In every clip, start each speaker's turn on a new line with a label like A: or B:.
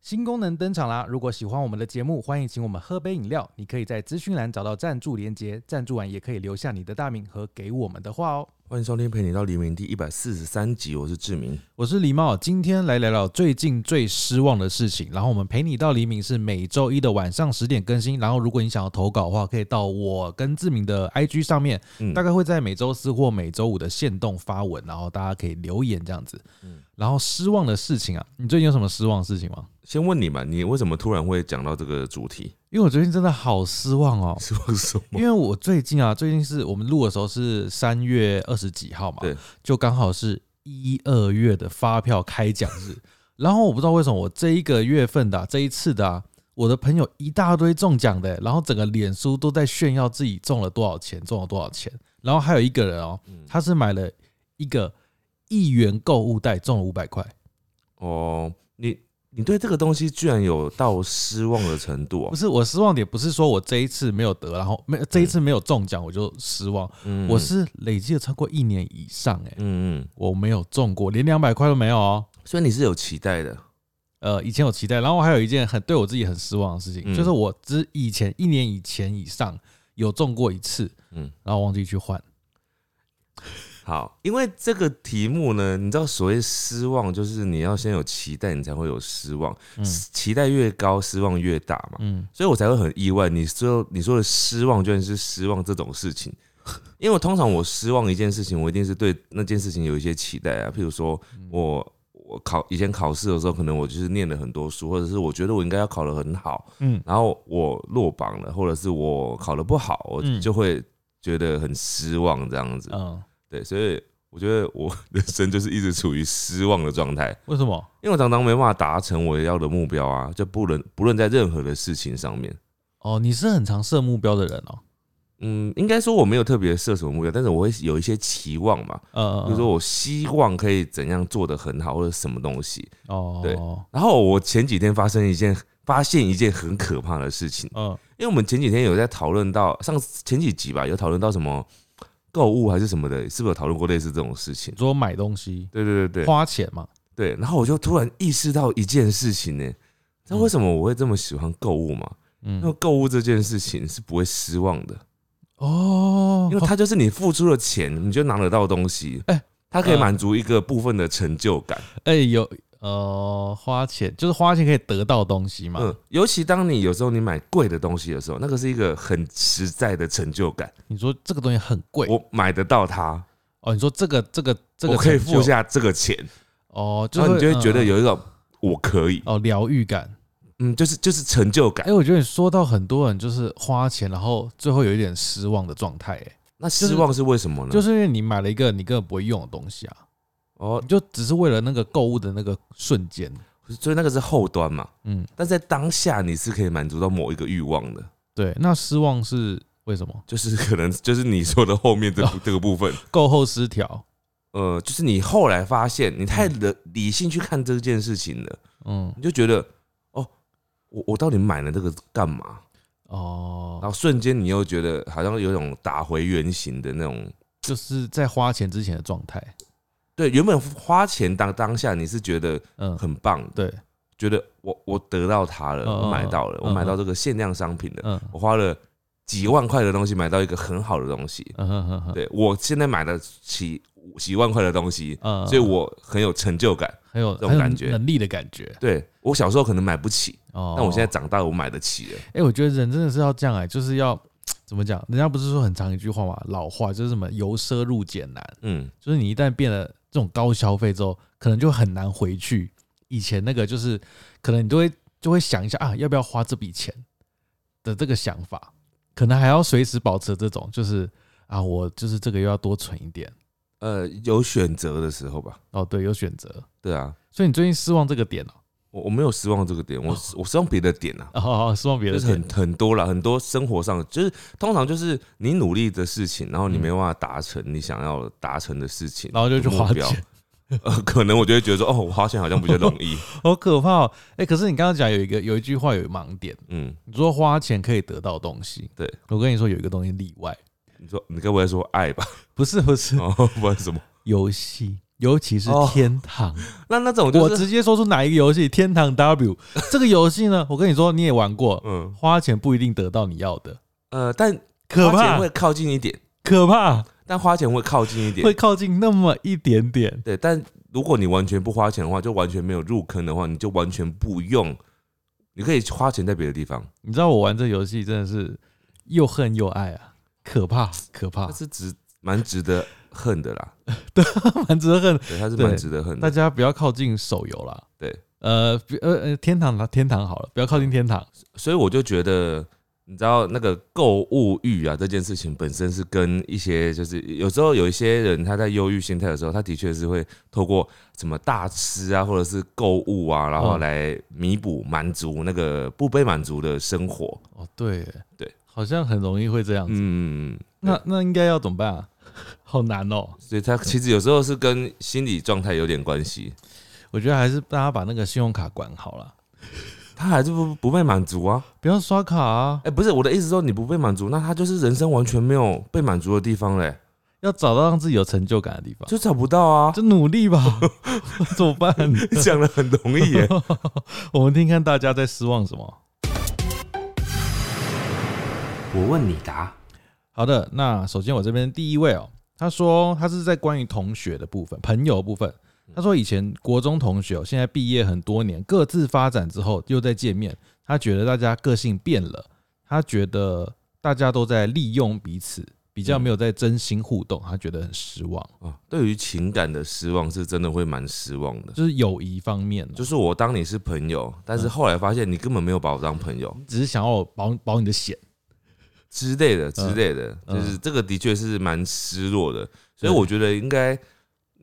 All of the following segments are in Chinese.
A: 新功能登场啦！如果喜欢我们的节目，欢迎请我们喝杯饮料。你可以在资讯栏找到赞助连接，赞助完也可以留下你的大名和给我们的话哦。
B: 欢迎收听《陪你到黎明》第一百四十三集，我是志明。
A: 我是狸猫，今天来聊聊最近最失望的事情。然后我们陪你到黎明是每周一的晚上十点更新。然后如果你想要投稿的话，可以到我跟志明的 IG 上面，
B: 嗯
A: 大概会在每周四或每周五的限动发文，然后大家可以留言这样子。然后失望的事情啊，你最近有什么失望的事情吗？
B: 先问你嘛，你为什么突然会讲到这个主题？
A: 因为我最近真的好失望哦，
B: 是不是什么？
A: 因为我最近啊，最近是我们录的时候是三月二十几号嘛，
B: 对，
A: 就刚好是一二月的发票开奖日。然后我不知道为什么我这一个月份的啊、这一次的啊，我的朋友一大堆中奖的欸、然后整个脸书都在炫耀自己中了多少钱，中了多少钱。然后还有一个人哦，
B: 嗯
A: 他是买了一个一元购物袋，中了五百块。
B: 哦，你你对这个东西居然有到失望的程度
A: 不
B: 哦。
A: 是我失望点，不是说我这一次没有得，然后没有这一次没有中奖我就失望，
B: 嗯
A: 我是累计了超过一年以上、欸，
B: 嗯嗯，
A: 我没有中过，连两百块都没有哦。
B: 所以你是有期待的。
A: 呃，以前有期待，然后还有一件很对我自己很失望的事情，
B: 嗯
A: 就是我之以前一年以前以上有中过一次，
B: 嗯，
A: 然后忘记去换。
B: 好，因为这个题目呢，你知道所谓失望，就是你要先有期待，你才会有失望。
A: 嗯
B: 期待越高，失望越大嘛。
A: 嗯，
B: 所以我才会很意外。你说你说的失望，居然是失望这种事 情，因为我通常我失望一件事情，我一定是对那件事情有一些期待啊。譬如说我我考以前考试的时候，可能我就是念了很多书，或者是我觉得我应该要考得很好，
A: 嗯
B: 嗯，然后我落榜了，或者是我考得不好，
A: 嗯
B: 我就会觉得很失望这样子。
A: 嗯，
B: 对，所以我觉得我人生就是一直处于失望的状态。
A: 为什么？
B: 因为我常常没办法达成我要的目标啊，就不论不论在任何的事情上面，
A: 哦，你是很常设目标的人哦。
B: 嗯，应该说我没有特别设什么目标，但是我会有一些期望嘛，
A: 呃，
B: 比如说我希望可以怎样做得很好，或者什么东西。
A: 哦，
B: 对然后我前几天发生一件发现一件很可怕的事情，
A: 嗯
B: 因为我们前几天有在讨论到上次前几集吧，有讨论到什么购物还是什么的，是不是有讨论过类似这种事情
A: 你？说买东西
B: 对对对对
A: 花钱嘛，
B: 对，然后我就突然意识到一件事情呢、你知道为什么我会这么喜欢购物吗？因为
A: 嗯，
B: 购物这件事情是不会失望的，
A: 哦，
B: 因为它就是你付出了钱，你就拿得到东西。
A: 哎
B: 它可以
A: 呃
B: 满足一个部分的成就感。
A: 哎、有呃花钱就是花钱可以得到东西嘛，
B: 嗯，尤其当你有时候你买贵的东西的时候，那个是一个很实在的成就感。
A: 你说这个东西很贵
B: 我买得到它，
A: 哦，你说这个这个这个
B: 我可以
A: 成
B: 付
A: 就
B: 下这个钱，
A: 哦，
B: 然后你就会觉得
A: 嗯
B: 有一种我可以，
A: 哦疗愈感。
B: 嗯，就是就是成就感
A: 哎、。我觉得你说到很多人就是花钱，然后最后有一点失望的状态，哎，
B: 那
A: 是
B: 失望是为什么呢？
A: 就是因为你买了一个你根本不会用的东西啊，
B: 哦
A: 你，就只是为了那个购物的那个瞬间，
B: 所以那个是后端嘛。
A: 嗯，
B: 但在当下你是可以满足到某一个欲望的，
A: 对，那失望是为什么？
B: 就是可能 就是你说的后
A: 哦
B: 面这这个部分。
A: 购后失调，
B: 呃，就是你后来发现你太理理性去看这件事情了，
A: 嗯，
B: 你就觉得哦，我我到底买了这个干嘛？然
A: 哦，
B: 后瞬间你又觉得好像有一种打回原形的那种。
A: 就是在花钱之前的状态，
B: 对，原本花钱当当下你是觉得
A: 嗯，
B: 很棒，
A: 对，
B: 觉得我我得到它了，
A: 嗯
B: 我买到了，
A: 嗯
B: 我买到这个限量商品了，
A: 嗯
B: 我花了几万块的东西买到一个很好的东西。
A: 嗯哼哼哼，
B: 对我现在买了几几万块的东西，
A: 嗯，
B: 所以我很有成就感。
A: 很有
B: 这种
A: 很有
B: 感觉
A: 能力的感觉，
B: 对我小时候可能买不起，
A: 哦，
B: 但我现在长大了，我买得起了。
A: 哎、我觉得人真的是要这样哎、就是要怎么讲？人家不是说很长一句话嘛，老话就是什么“由奢入俭难
B: 嗯，”，
A: 就是你一旦变得这种高消费之后，可能就很难回去以前那个，就是可能你都会就会想一下啊，要不要花这笔钱的这个想法，可能还要随时保持这种，就是啊，我就是这个又要多存一点
B: 呃，有选择的时候吧。
A: 哦，对，有选择。
B: 对啊，
A: 所以你最近失望这个点哦，
B: 我我没有失望这个点，我我失望别的点啊，
A: 哦哦，哦失哦望别
B: 就
A: 的
B: 是
A: 点
B: 很，很多啦，很多生活上的就是通常就是你努力的事情，然后你没办法达成你想要达成的事情，
A: 嗯然后就去花
B: 目标
A: 钱。
B: 呃，可能我就会觉得说，哦，我花钱好像比较容易。
A: 好可怕哦！哎、可是你刚刚讲有一个有一句话有盲点。
B: 嗯，
A: 你说花钱可以得到东西，
B: 对
A: 我跟你说有一个东西例外，
B: 你说你该不会说爱吧？
A: 不是不是
B: 哦，不然什么？
A: 游戏，尤其是
B: 哦
A: 天堂。
B: 那那种
A: 我
B: 就是
A: 直接说出哪一个游戏，《天堂 W》这个游戏呢，我跟你说你也玩过，
B: 嗯
A: 花钱不一定得到你要的，
B: 呃，但
A: 可
B: 花钱
A: 怕
B: 会，靠近一点，
A: 可怕，
B: 但花钱会靠近一点
A: 会，靠近那么一点点。
B: 对。但如果你完全不花钱的话，就完全没有入坑的话，你就完全不用，你可以花钱在别的地方，
A: 你知道我玩这游戏真的是又恨又爱啊，可怕，可怕
B: 它，是值蛮值得恨的啦，
A: 蛮值得恨。
B: 对，它是
A: 对
B: 蛮值得恨
A: 大
B: 的。
A: 家不要靠近手游啦。
B: 对，
A: 呃，比呃呃，天堂啦，天堂好了，不要靠近天堂。
B: 所以我就觉得，你知道那个购物欲啊，这件事情本身是跟一些就是有时候有一些人他在忧郁心态的时候，他的确是会透过什么大吃啊，或者是购物啊，然后
A: 嗯
B: 来弥补满足那个不被满足的生活。
A: 哦，对耶，
B: 对，
A: 好像很容易会这样子。
B: 嗯，
A: 那那应该要怎么办啊？ 好难哦、
B: 所以他其实有时候是跟心理状态有点关系，
A: 我觉得还是大家把那个信用卡管好了，
B: 他还是不不被满足啊。
A: 不要刷卡啊
B: 哎、，不是我的意思说你不被满足，那他就是人生完全没有被满足的地方嘞、
A: 要找到让自己有成就感的地方，
B: 就找不到 啊。
A: 就努力 吧，怎么办？
B: 讲的很容易耶、
A: 我们听看大家在失望什么。
C: 我问你答。
A: 好的，那首先我这边第一位哦，他说他是在关于同学的部分、朋友的部分。
B: 嗯
A: 他说以前国中同学哦，现在毕业很多年，各自发展之后又再见面，他觉得大家个性变了，他觉得大家都在利用彼此，比较没有在真心互动，他觉得很失望，
B: 啊，对于情感的失望是真的会蛮失望的。
A: 就是友谊方面哦，
B: 就
A: 就是
B: 我当你是朋友，但是后来发现你根本没有把我当朋友
A: 只是想要保保你的险。
B: 之类的之类的，
A: 嗯
B: 就是这个的确是蛮失落的。所
A: 对
B: 以我觉得应该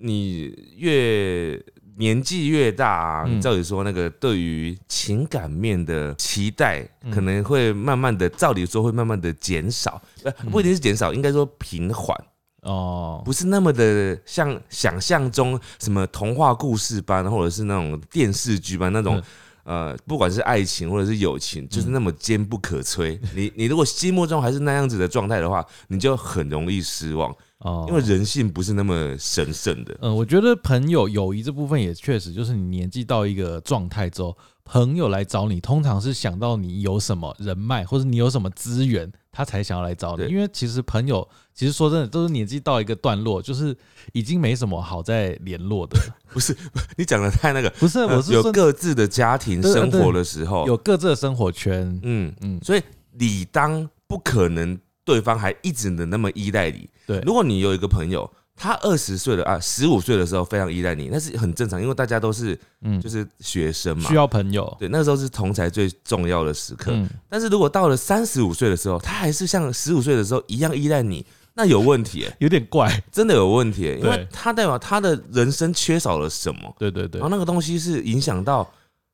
B: 你越年纪越大、啊，
A: 嗯
B: 你照理说那个对于情感面的期待
A: 嗯
B: 可能会慢慢的，照理说会慢慢的减少，呃不一定是减
A: 嗯
B: 少，应该说平缓。
A: 哦，
B: 不是那么的像想象中什么童话故事般，或者是那种电视剧般那
A: 嗯
B: 种。呃，不管是爱情或者是友情，就是那么坚不可 摧。你你如果心目中还是那样子的状态的话，你就很容易失望，
A: 哦，
B: 因为人性不是那么神圣的。
A: 嗯，我觉得朋友友谊这部分也确实，就是你年纪到一个状态之后，朋友来找你，通常是想到你有什么人脉，或者你有什么资源，他才想要来找你。
B: 对
A: 因为其实朋友，其实说真的，都是年纪到一个段落，就是已经没什么好再联络 的。
B: 不是你讲的太那个，呃
A: 不是，我是
B: 有
A: 说
B: 各自的家庭
A: 对啊
B: 生
A: 对
B: 活的时候，
A: 有各自的生活圈。
B: 嗯，
A: 嗯，
B: 所以理当不可能对方还一直能那么依赖你。
A: 对
B: 如果你有一个朋友，他二十岁了啊，十五岁的时候非常依赖你，那是很正常，因为大家都是
A: 嗯，
B: 就是学生嘛
A: 需。要朋友。
B: 对，那时候是同才最重要的时刻。
A: 嗯，
B: 但是如果到了三十五岁的时候，他还是像十五岁的时候一样依赖你，那有问题、欸，
A: 有点怪。
B: 真的有问题、欸，因为
A: 对
B: 他代表他的人生缺少了什么，
A: 对对对
B: 然后。那个东西是影响到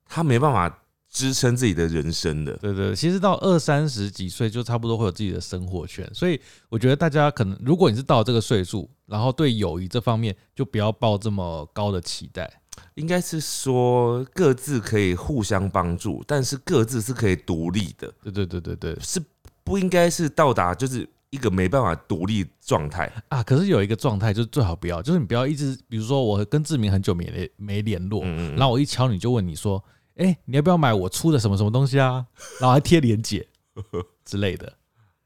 B: 他没办法支撑自己的人生的。
A: 对对，其实到二三十几岁就差不多会有自己的生活圈，所以我觉得大家可能，如果你是到这个岁数，然后对友谊这方面就不要抱这么高的期待。
B: 应该是说各自可以互相帮助，但是各自是可以独立的，
A: 对对对对对
B: 是不应该是到达就是一个没办法独立状态。
A: 啊！可是有一个状态就是最好不要，就是你不要一直，比如说我跟志明很久没联没联络，
B: 嗯，
A: 然后我一敲你就问你说，哎、你要不要买我出的什么什么东西啊？然后还贴链 接之类的。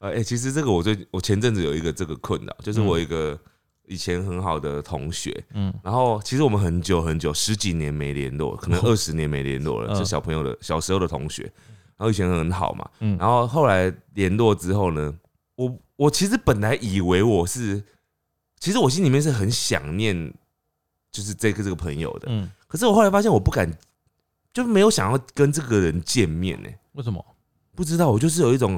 B: 呃，哎、其实这个我最我前阵子有一个这个困扰，就是我一个以前很好的同学，
A: 嗯
B: 嗯，然后其实我们很久很久十几年没联络，可能二十年没联络了，
A: 嗯
B: 是小朋友的小时候的同学，然后以前很好嘛，
A: 嗯
B: 然后后来联络之后呢，我我其实本来以为我是，其实我心里面是很想念，就是这个这个朋友的，
A: 嗯，
B: 可是我后来发现我不敢，就没有想要跟这个人见面呢、欸
A: 为什么
B: 不知道，我就是有一种，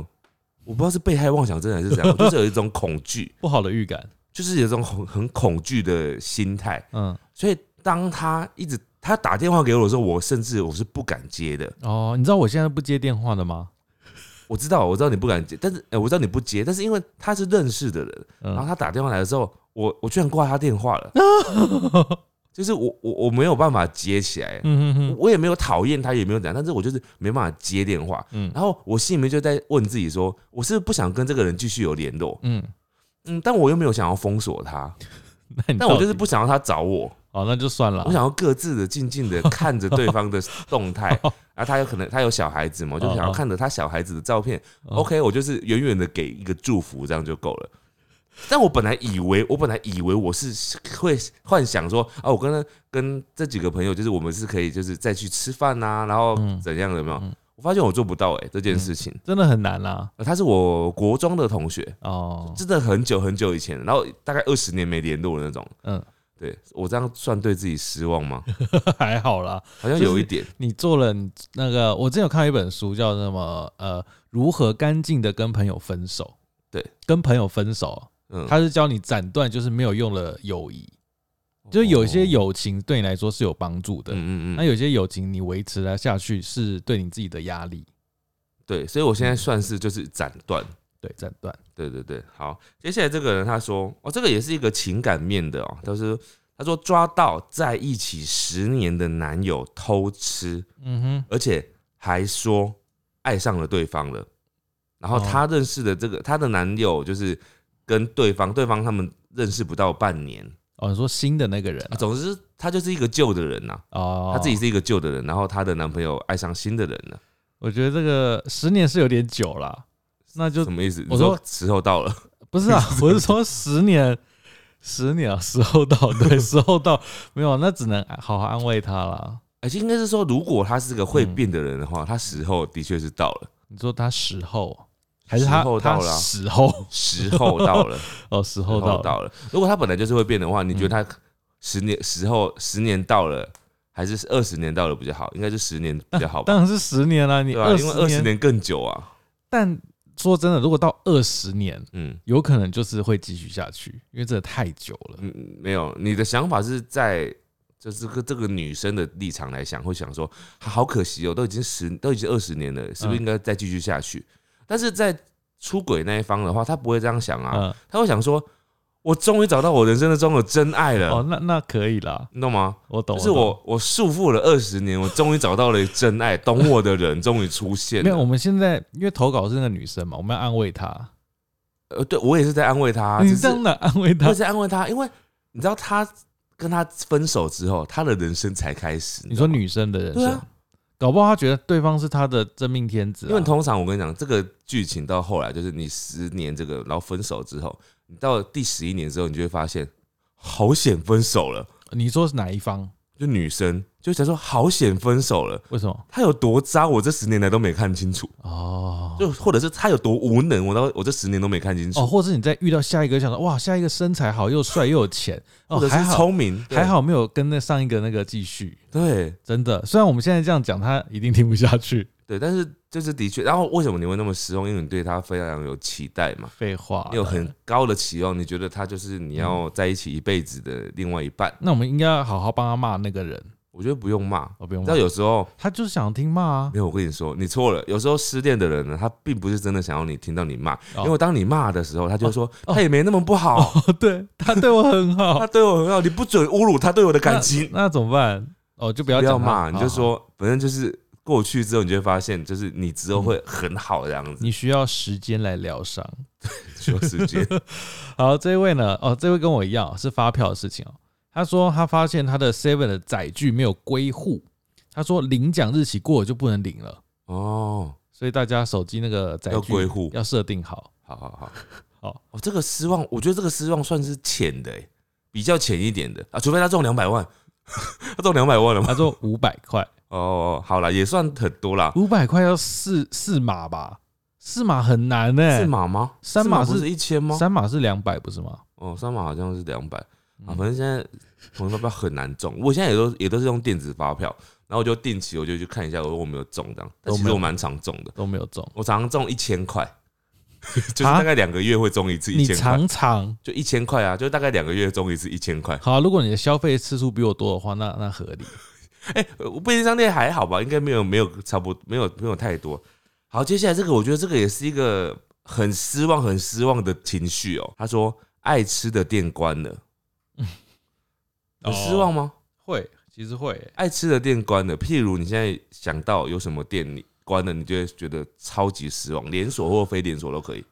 B: 我不知道是被害妄想症还是怎样，我就是有一种恐惧，
A: 不好的预感？
B: 就是有一种很很恐惧的心态。
A: 嗯，
B: 所以当他一直他打电话给我的时候，我甚至我是不敢接的。
A: 哦，你知道我现在不接电话的吗？
B: 我知道，我知道你不敢接，但是、呃我知道你不接，但是因为他是认识的人，然后
A: 嗯，
B: 他打电话来的时候，我我居然挂他电话了，就是我我我没有办法接起来。
A: 嗯哼哼，
B: 我也没有讨厌他，也没有怎样，但是我就是没办法接电话。
A: 嗯
B: 然后我心里面就在问自己说，我是不是不想跟这个人继续有联络，
A: 嗯，
B: 嗯，但我又没有想要封锁他，
A: 那你
B: 但我
A: 到
B: 就是
A: 底
B: 不想要他找我，
A: 好，哦那就算了。
B: 我想要各自的静静的看着对方的 动态，然后他有可能他有小孩子嘛，我就
A: 哦
B: 想要看着他小孩子的照片。
A: 嗯
B: OK，我就是远远的给一个祝福，这样就够了。但我本来以为，我本来以为我是会幻想说啊，我跟他跟这几个朋友，就是我们是可以就是再去吃饭呐、然后
A: 嗯
B: 怎样的有没有
A: 嗯？
B: 我发现我做不到哎、这件事情。
A: 真的很难啦。
B: 呃他是我国中的同学，
A: 哦，
B: 真的很久很久以前，然后大概二十年没联络的那种。
A: 嗯，
B: 对我这样算对自己失望吗？
A: 还好啦。
B: 好像有一点。
A: 你做了你那个，我之前有看到一本书叫什么呃，如何干净的跟朋友分手。
B: 对，
A: 跟朋友分手，啊
B: 嗯，
A: 他是教你斩断就是没有用的友谊，就是有些友情对你来说是有帮助的，
B: 哦嗯嗯
A: 那
B: 嗯，
A: 有些友情你维持了下去是对你自己的压力。
B: 对，所以我现在算是就是斩断。
A: 对，斩断。
B: 对对对，好，接下来这个人他说，哦，这个也是一个情感面的哦，他说他说抓到在一起十年的男友偷吃，
A: 嗯
B: 而且还说爱上了对方了，然后
A: 哦
B: 他认识的这个他的男友就是跟对方，对方他们认识不到半年，
A: 哼，哦，你说新的那个人
B: 啊总之他就是一个旧的人呐、
A: 哦，
B: 他自己，是一个旧的人，然后他的男朋友爱上新的人了，
A: 我觉得这个十年是有点久了，那就
B: 什么意思？
A: 我
B: 你
A: 说
B: 说时候到了，
A: 不是啊，我是说十年，十年啊，时候到， 对，时候到，没有，那只能好好安慰他啦。
B: 而哎且应该是说，如果他是个会变的人的话，他时候的确是到了。
A: 你说他时候还是他
B: 时候到了啊
A: 他时候
B: 时候到了，时
A: 哦，时候
B: 候
A: 到了，
B: 到了。嗯如果他本来就是会变的话，你觉得他十年时候十年到了，还是二十年到了比较好？应该是十年比较好吧
A: 当？然是十年啦，你
B: 对吧、啊？因为
A: 二
B: 二
A: 十
B: 十，年更久啊。
A: 但说真的，如果到二十年，
B: 嗯
A: 有可能就是会继续下去，因为真的太久了。
B: 嗯，没有，你的想法是在就是个这个女生的立场来想，会想说，啊好可惜哦，都已经十都已经二十年了，
A: 嗯
B: 是不是应该再继续下去？但是在出轨那一方的话，他不会这样想啊，
A: 嗯，
B: 他会想说，我终于找到我人生的中的真爱了，
A: 哦，那那可以啦，
B: 你懂吗？
A: 我懂。
B: 啊就是
A: 懂
B: 我我束缚了二十年，我终于找到了真爱，懂我的人终于出现
A: 没有，我
B: 了。
A: 们现在因为投稿是那个女生嘛，我们要安慰她。
B: 呃，对我也是在安慰他，
A: 你
B: 啊只是
A: 这样的安慰
B: 我也
A: 她
B: 是，在安慰他，因为你知道他跟他分手之后，他的人生才开始。
A: 你说
B: 知道吗，
A: 女生的人
B: 对
A: 生
B: 啊，
A: 搞不好她觉得对方是她的真命天子啊。
B: 因为通常我跟你讲，这个剧情到后来就是你十年这个，然后分手之后，你到第十一年之后，你就会发现好险分手了。
A: 你说是哪一方？
B: 就女生就想说好险分手了，
A: 为什么？
B: 他有多渣，我这十年来都没看清楚。
A: 哦，
B: 就或者是他有多无能，我到我这十年都没看清楚。
A: 哦，或是你在遇到下一个，想到哇，下一个身材好又帅又有钱，哦
B: 或，者
A: 还
B: 是
A: 好
B: 聪明，对
A: 还好没有跟那上一个那个继续。
B: 对
A: 真的，虽然我们现在这样讲，他一定听不下去。
B: 对，但是就是的确，然后为什么你会那么失望？因为你对他非常有期待嘛，
A: 废话，
B: 你有很高的嗯期望，你觉得他就是你要在一起一辈子的另外一半。
A: 那我们应该要好好帮他骂那个人。
B: 我觉得不用骂，
A: 哦，不用
B: 你知
A: 骂
B: 道，有时候
A: 他就是想听骂啊
B: 没。有，我跟你说，你错了。有时候失恋的人呢，他并不是真的想要你听到你骂，
A: 哦
B: 因为当你骂的时候，他就说
A: 哦
B: 他也没那么不好，
A: 哦， 对他对我很好
B: 他，对我很好，你不准侮辱他对我的感情。
A: 那怎么办？哦，就不要
B: 不要
A: 讲他哦
B: 骂，你就，
A: 好好
B: 说，反正就是过去之后，你就会发现，就是你之后
A: 嗯
B: 会很好这样子。
A: 你需要时间来疗伤。
B: 说时间，
A: 好，这位呢，哦，这位跟我一样是发票的事情哦。他说他发现他的 Seven 的载具没有归户，他说领奖日期过了就不能领了，
B: 哦，
A: 所以大家手机那个载具
B: 要归户
A: 要设定好。
B: 好好好，
A: 好，
B: 哦，这个失望，我觉得这个失望算是浅的、欸，比较浅一点的啊，除非他中两百万， 他中两百万了吗？
A: 他说五百块，
B: 哦哦，好啦，也算很多啦，
A: 五百块要四四码吧，四码很难呢、
B: 四码吗？
A: 三码
B: 四
A: 是
B: 不是一千吗？
A: 三码是两百不是吗？
B: 哦，三码好像是两百啊，
A: 嗯
B: 反正现在统一发票很难中，我现在也都也都是用电子发票，然后我就定期我就去看一下，我有没有中这样，
A: 都
B: 但其
A: 没
B: 实
A: 有
B: 我蛮常中的。
A: 都没有中。
B: 我常常中一千块， 就是大概两个月会中一次一
A: 啊你
B: 千块，
A: 常常
B: 就一千块啊，就大概两个月中一次一千块。
A: 好、如果你的消费次数比我多的话，那那合理。
B: 哎、我便利商店还好吧？应该没有没有差不多没有没有太多。好，接下来这个我觉得这个也是一个很失望很失望的情绪哦。他说爱吃的店关 了，很失望吗？
A: 会，其实会欸、
B: 爱吃的店关了，譬如你现在想到有什么店你 关了，你就会觉得超级失望，连锁或非连锁都可以。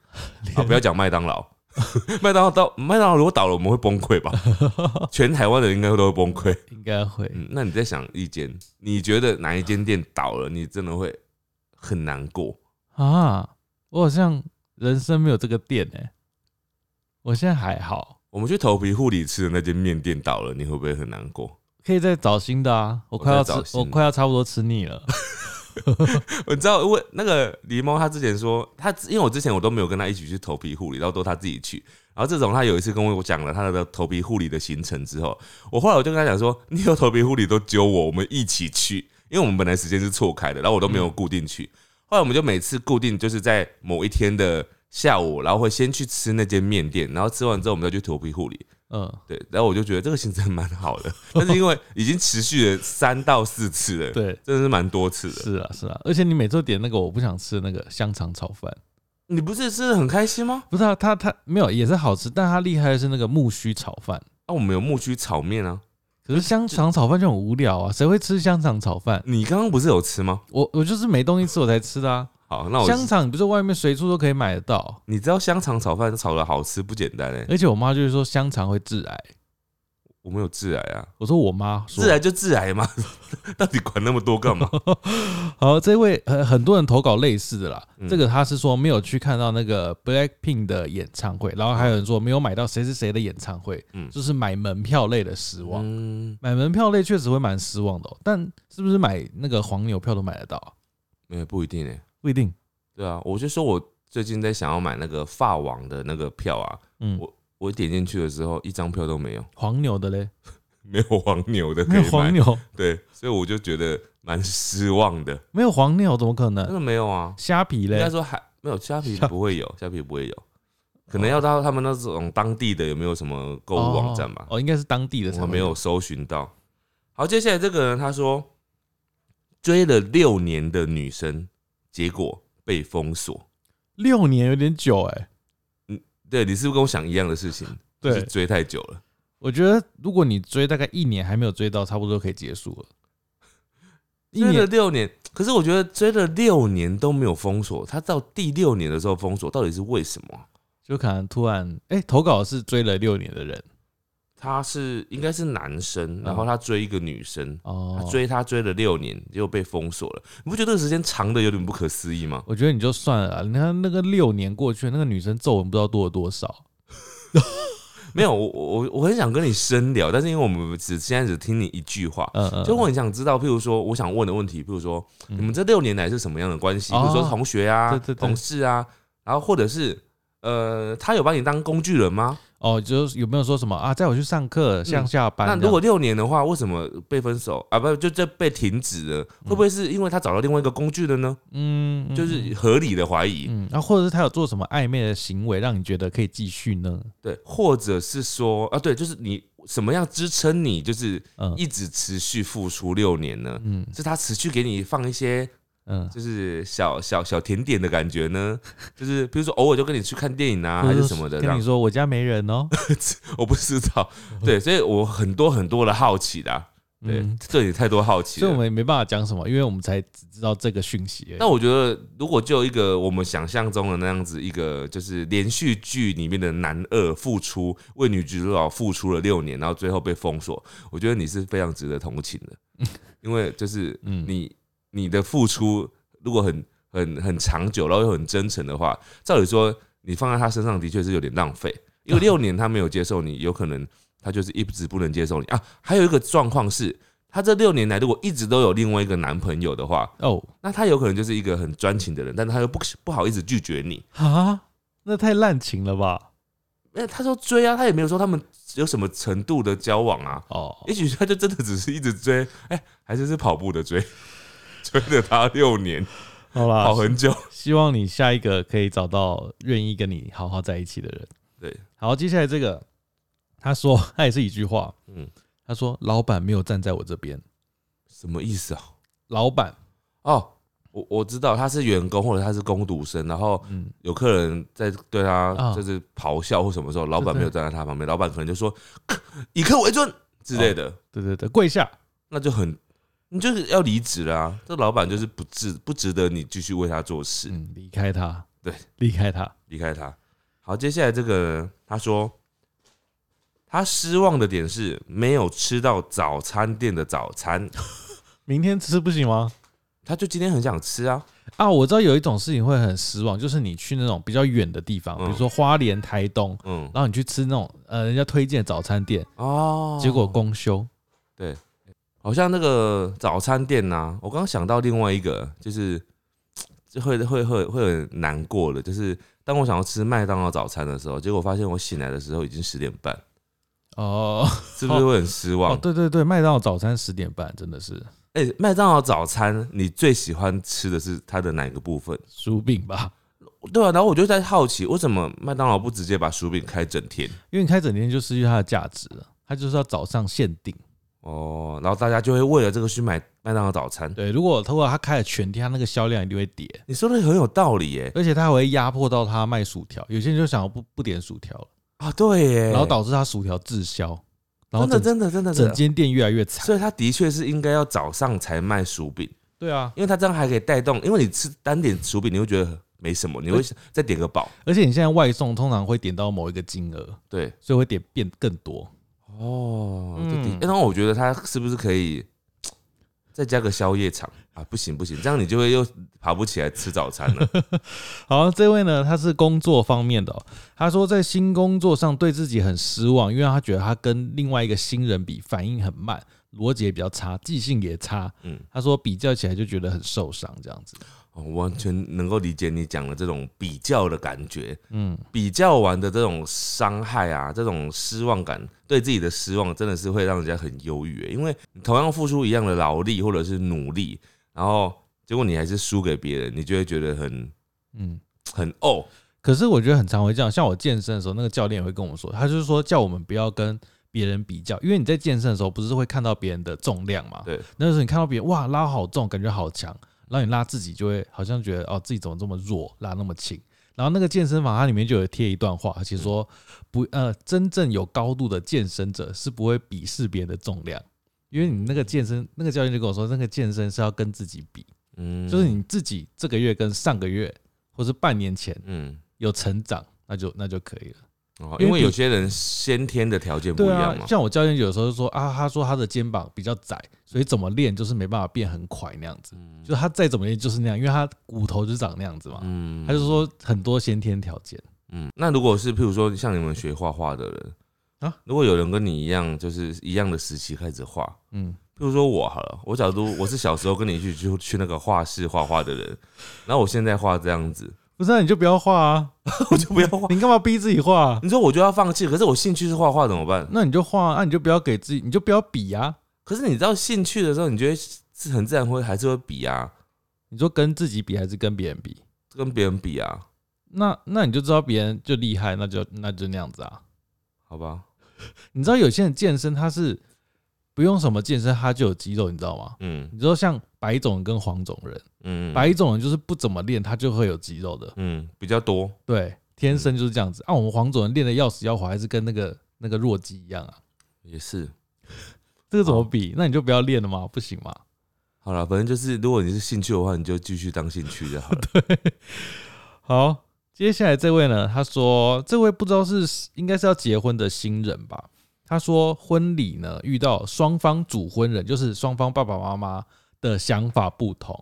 B: 啊，不要讲麦当劳， 麦当劳到麦当劳如果倒了，我们会崩溃 吧？全台湾的人应该都会崩溃。
A: 应该会。
B: 嗯，那你再想一间，你觉得哪一间店倒了，你真的会很难过？
A: 啊，我好像人生没有这个店哎、我现在还好，
B: 我们去头皮护理吃的那间面店倒了，你会不会很难过？
A: 可以再找新的啊。我
B: 我
A: 快要吃
B: 再找，新
A: 我
B: 的
A: 快要差不多吃腻 了。
B: 我知道，因为那个狸猫他之前说他，因为我之前我都没有跟他一起去头皮护理，然后都他自己去。然后自从他有一次跟我讲了他的头皮护理的行程之后，我后来我就跟他讲说，你有头皮护理都揪我，我们一起去，因为我们本来时间是错开的，然后我都没有固定去。后来我们就每次固定就是在某一天的下午，然后会先去吃那间面店，然后吃完之后我们再去头皮护理。
A: 嗯，
B: 对，然后我就觉得这个行程蛮好的，但是因为已经持续了三到四次 了，，
A: 对，
B: 真的是蛮多次的。
A: 是啊是啊，而且你每次点那个我不想吃的那个香肠炒饭，
B: 你不是吃的很开心吗？
A: 不是啊，它它没有也是好吃，但它厉害的是那个木须炒饭。
B: 啊，我们有木须炒面啊。
A: 可是香肠炒饭就很无聊啊，谁会吃香肠炒饭？
B: 你刚刚不是有吃吗？
A: 我我就是没东西吃我才吃的啊。
B: 好，那我
A: 香肠你不是外面随处都可以买得到，
B: 你知道香肠炒饭炒的好吃不简单哎、
A: 而且我妈就是说香肠会致癌。
B: 我们有致癌啊，
A: 我说我妈说
B: 致癌就致癌嘛， 到底管那么多干嘛？
A: 好，这位呃，很多人投稿类似的啦。
B: 嗯
A: 这个他是说没有去看到那个 Blackpink 的演唱会，然后还有人说没有买到谁谁谁的演唱会，
B: 嗯
A: 就是买门票类的失望。
B: 嗯，
A: 买门票类确实会蛮失望的哦、但是不是买那个黄牛票都买得到啊、
B: 没有不一定哎、
A: 不一定。
B: 对啊，我就说我最近在想要买那个发网的那个票啊，
A: 嗯，
B: 我点进去的时候一张票都没有，
A: 黄牛的嘞，
B: 没有黄牛的可
A: 没
B: 以
A: 有
B: 买，
A: 黄牛，
B: 对，所以我就觉得蛮失望的，
A: 没有黄牛怎么可
B: 真
A: 能？
B: 的没有啊，
A: 虾皮
B: 应该
A: 嘞，
B: 说还没有虾皮
A: 虾
B: 不会 有，虾皮不会有，可能要到他们那种当地的有没有什么购物网站吧，
A: 哦，哦应该是当地的才
B: 我
A: 会
B: 没有。搜寻到。好，接下来这个人他说追了六年的女生，结果被封锁。
A: 六年有点久哎、
B: 对你是不是跟我想一样 的事情？就是
A: 对，
B: 追太久了。
A: 我觉得如果你追大概一年还没有追到，差不多就可以结束了。一
B: 追
A: 年
B: 了六年，可是我觉得追了六年都没有封锁，他到第六年的时候封锁，到底是为什么？啊
A: 就可能突然哎、投稿是追了六年的人
B: 他是应该是男
A: 嗯
B: 生，然后他追一个女生，
A: 哦
B: 他，追他追了六年，结果被封锁了。你不觉得这个时间长的有点不可思 议吗？
A: 我觉得你就算了啦，你看那个六年过去，那个女生皱纹不知道多了多少，
B: 没有，我我我很想跟你深聊，但是因为我们只现在只听你一句话，
A: 嗯嗯，
B: 就我很想知道，譬如说我想问的问题，譬如说
A: 嗯
B: 你们这六年来是什么样的关系？
A: 哦
B: 比如说同学啊
A: 对对、对
B: 同事啊，然后或者是呃，他有把你当工具人吗？
A: 哦，就是有没有说什么啊？载我去上课，上下班这
B: 嗯
A: 样。
B: 那如果六年的话，为什么被分手啊？不，就这被停止了？会不会是因为他找到另外一个工具了呢？
A: 嗯，嗯
B: 就是合理的怀疑。
A: 嗯，那、啊、或者是他有做什么暧昧的行为，让你觉得可以继续呢？
B: 对，或者是说啊，对，就是你什么样支撑你，就是
A: 嗯
B: 一直持续付出六年呢？
A: 嗯
B: 是他持续给你放一些
A: 嗯，
B: 就是小小小甜点的感觉呢？就是比如说偶尔就跟你去看电影啊，
A: 或
B: 还
A: 者
B: 是
A: 是
B: 什么的这
A: 跟你
B: 样，
A: 说我家没人哦，
B: 我不知道。对，所以我很多很多的好奇啦， 对
A: 嗯，
B: 对你太多好奇
A: 所以我
B: 了。
A: 们也没办法讲什么，因为我们才只知道这个讯息而
B: 那
A: 已。
B: 我觉得，如果就一个我们想象中的那样子，一个就是连续剧里面的男二付出为女主角付出了六年，然后最后被封锁，我觉得你是非常值得同情的，因为就是
A: 嗯
B: 你你的付出如果很很很长久，然后又很真诚的话，照理说你放在他身上的确是有点浪费，因为六年他没有接受你，有可能他就是一直不能接受你啊。还有一个状况是。他这六年来，如果一直都有另外一个男朋友的话，
A: 哦，
B: 那他有可能就是一个很专情的人，但他又不不好意思拒绝你。
A: 啊，那太滥情了吧？
B: 那他说追啊，他也没有说他们有什么程度的交往啊，
A: 哦，
B: 也许他就真的只是一直追，哎、还是是跑步的追， 追了他六年，
A: 好啦，
B: 跑很久。
A: 希望你下一个可以找到愿意跟你好好在一起的人。
B: 对，
A: 好，接下来这个，他说他也是一句话，
B: 嗯，
A: 他说老板没有站在我这边，
B: 什么意思啊？
A: 老板，
B: 哦，我我知道他是员工或者他是工读生，然后
A: 嗯，
B: 有客人在对他
A: 啊
B: 就是咆哮或什么时候，老板
A: 对
B: 没有站在他旁边，老板可能就说 以客为尊之类的。
A: 对对对，跪下，
B: 那就很，你就是要离职啦、这老板就是
A: 嗯
B: 不值不值得你继续为他做事，
A: 嗯，离开他，
B: 对，
A: 离开他。
B: 离开他。好，接下来这个他说，他失望的点是没有吃到早餐店的早餐，
A: 明天吃不行吗？
B: 他就今天很想吃啊，
A: 啊，我知道有一种事情会很失望，就是你去那种比较远的地方，
B: 嗯
A: 比如说花莲、台东，
B: 嗯，
A: 然后你去吃那种呃人家推荐的早餐店，
B: 哦，
A: 结果公休。
B: 好像那个早餐店呐、我刚刚想到另外一个，就是就会会会会很难过的，就是当我想要吃麦当劳早餐的时候，结果发现我醒来的时候已经十点半，
A: 哦
B: 是不是会很失望
A: 哦，？对对对，麦当劳早餐十点半真的是
B: 哎、麦当劳早餐你最喜欢吃的是它的哪个部分？
A: 薯饼吧？
B: 对啊，然后我就在好奇，为什么麦当劳不直接把薯饼开整天？
A: 因为你开整天就失去它的价值了，它就是要早上限定。
B: 哦，然后大家就会为了这个去买麦当劳早餐。
A: 对，如果如果它开了全天，它那个销量一定会跌，
B: 你说的很有道理耶！
A: 而且它还会压迫到它卖薯条，有些人就想要不不点薯条了，
B: 啊，对耶，
A: 然后导致它薯条滞销，然后
B: 真的
A: 整
B: 真的真的真
A: 整
B: 的
A: 间店越来越惨。
B: 所以他的确是应该要早上才卖薯饼，
A: 对啊，
B: 因为他这样还可以带动，因为你吃单点薯饼，你会觉得没什么，你会再点个饱。
A: 而且你现在外送通常会点到某一个金额，
B: 对，
A: 所以会点变更多。
B: 哦，这的
A: 嗯
B: 诶那我觉得他是不是可以再加个宵夜场啊？不行不行，这样你就会又爬不起来吃早餐 了。
A: 好，这位呢，他是工作方面的哦、他说在新工作上对自己很失望，因为他觉得他跟另外一个新人比，反应很慢，逻辑也比较差，记性也差。
B: 嗯
A: 嗯，他说比较起来就觉得很受伤，这样子。
B: 哦我完全能够理解你讲的这种比较的感觉，
A: 嗯，
B: 比较完的这种伤害啊，这种失望感，对自己的失望真的是会让人家很忧郁欸，因为你同样付出一样的劳力或者是努力，然后结果你还是输给别人，你就会觉得很
A: 嗯，
B: 很哦，
A: 可是我觉得很常会这样，像我健身的时候，那个教练也会跟我说，他就是说叫我们不要跟别人比较，因为你在健身的时候不是会看到别人的重量嘛？
B: 对，
A: 那时候你看到别人哇拉好重，感觉好强，然后你拉自己就会好像觉得哦自己怎么这么弱，拉那么轻。然后那个健身房它里面就有贴一段话，而且说不呃真正有高度的健身者是不会鄙视别人的重量，因为你那个健身那个教练就跟我说，那个健身是要跟自己比，
B: 嗯
A: 就是你自己这个月跟上个月或是半年前
B: 嗯。
A: 有成长，那就那就可以了。
B: 哦，
A: 因为
B: 因为有
A: 比
B: 些人先天的条件不一
A: 对
B: 样
A: 啊
B: 嘛，，
A: 像我教练有时候就说啊，他说他的肩膀比较窄，所以怎么练就是没办法变很快那样子，就他再怎么练就是那样，因为他骨头就长那样子嘛。
B: 嗯
A: 他就说很多先天条件，
B: 嗯，那如果是譬如说像你们学画画的人
A: 啊
B: 如果有人跟你一样，就是一样的时期开始画，
A: 嗯，
B: 譬如说我好了，我假如我是小时候跟你一起去 去那个画室画画的人，然后我现在画这样子，
A: 不是、啊、你就不要画 啊，
B: 我就不要画。
A: 你干嘛逼自己画、
B: 你说我就要放弃，可是我兴趣是画画怎么办？
A: 那你就画啊，啊你就不要给自己，你就不要比啊，
B: 可是你知道兴趣的时候，你觉得是很自然会还是会比啊，
A: 你说跟自己比还是跟别人比？
B: 跟别人比啊，
A: 那那你就知道别人就厉害，那就那就那样子啊。
B: 好吧？
A: 你知道有些人健身他是不用什么健身他就有肌肉，你知道吗？
B: 嗯
A: 你知道像白种跟黄种人，
B: 嗯，
A: 白种人就是不怎么练，他就会有肌肉的，
B: 嗯比较多，
A: 对，天生就是这样
B: 嗯
A: 子。啊，我们黄种人练的要死要活，还是跟那个那个弱鸡一样
B: 哦
A: 啊，
B: 也是。
A: 这个怎么比？那你就不要练了嘛，不行嘛。
B: 好了，反正就是，如果你是兴趣的话，你就继续当兴趣 就好了。
A: 好，接下来这位呢，他说这位不知道是应该是要结婚的新人吧？他说婚礼呢遇到双方主婚人，就是双方爸爸妈妈的想法不同，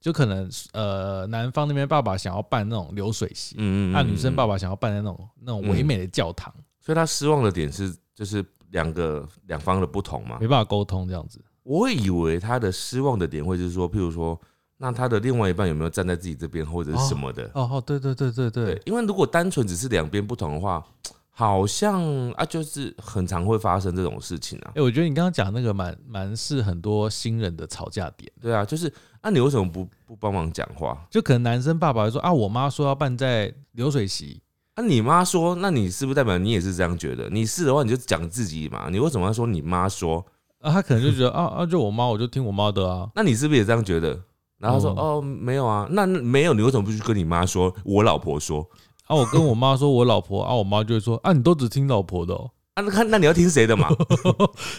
A: 就可能呃男方那边爸爸想要办那种流水席，啊
B: 嗯嗯，嗯
A: 那、女生爸
B: 爸，
A: 爸想要办那种那种唯美的教堂，
B: 所以他失望的点是，就是两个两方的不同嘛
A: 没。办法沟通这样子。
B: 我以为他的失望的点会是说，譬如说，那他的另外一半有没有站在自己这边，或者是什么的？
A: 哦哦，对对对对对，
B: 对，因为如果单纯只是两边不同的话，好像啊，就是很常会发生这种事情啊
A: 哎、。我觉得你刚刚讲那个蛮蛮是很多新人的吵架点，
B: 对啊，就是那、你为什么不不帮忙讲话？
A: 就可能男生爸爸会说啊，我妈说要办在流水席，
B: 啊，你妈说，那你是不是代表你也是这样觉得？你是的话，你就讲自己嘛。你为什么要说你妈说？
A: 啊，他可能就觉得啊啊，就我妈，我就听我妈的啊。
B: 那你是不是也这样觉得？然
A: 嗯
B: 后他说、哦，没有啊，那没有，你为什么不去跟你妈说？我老婆说
A: 啊，我跟我妈说我老婆啊，我妈就会说啊，你都只听老婆的、哦，
B: 啊，那看那你要听谁的嘛，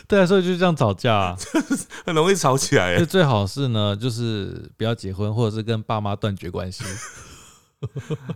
A: 对啊，所以就这样吵架、啊。
B: 很容易吵起来
A: 所以
B: 欸。
A: 最好是呢，就是不要结婚，或者是跟爸妈断绝关系。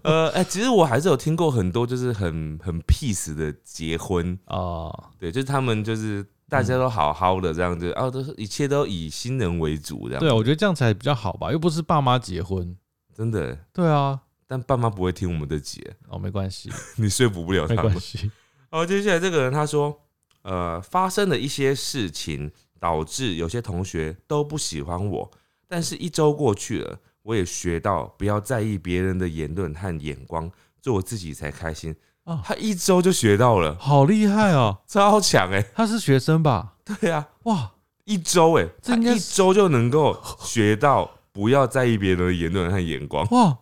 B: 呃，哎、其实我还是有听过很多就是很很 peace 的结婚，
A: 哦，
B: 对，就是他们就是大家都好好的这样子，啊，都是一切都以新人为主这样，
A: 嗯对啊，我觉得这样才比较好吧，又不是爸妈结婚。
B: 真的。
A: 对啊，
B: 但爸妈不会听我们的节，
A: 哦，没关 系，
B: 你说服不了
A: 没
B: 他们
A: 关。系。
B: 好，接下来这个人他说，呃，发生了一些事情，导致有些同学都不喜欢我，但是一周过去了，我也学到不要在意别人的言论和眼光，做我自己才开心。
A: 哦
B: 他一周就学到了，
A: 好厉害哦，
B: 超强哎、
A: 他是学生吧？
B: 对啊，
A: 哇，
B: 一周哎、
A: 这
B: 他
A: 应该
B: 一
A: 是
B: 周就能够学到不要在意别人的言论和 眼光，
A: 哇，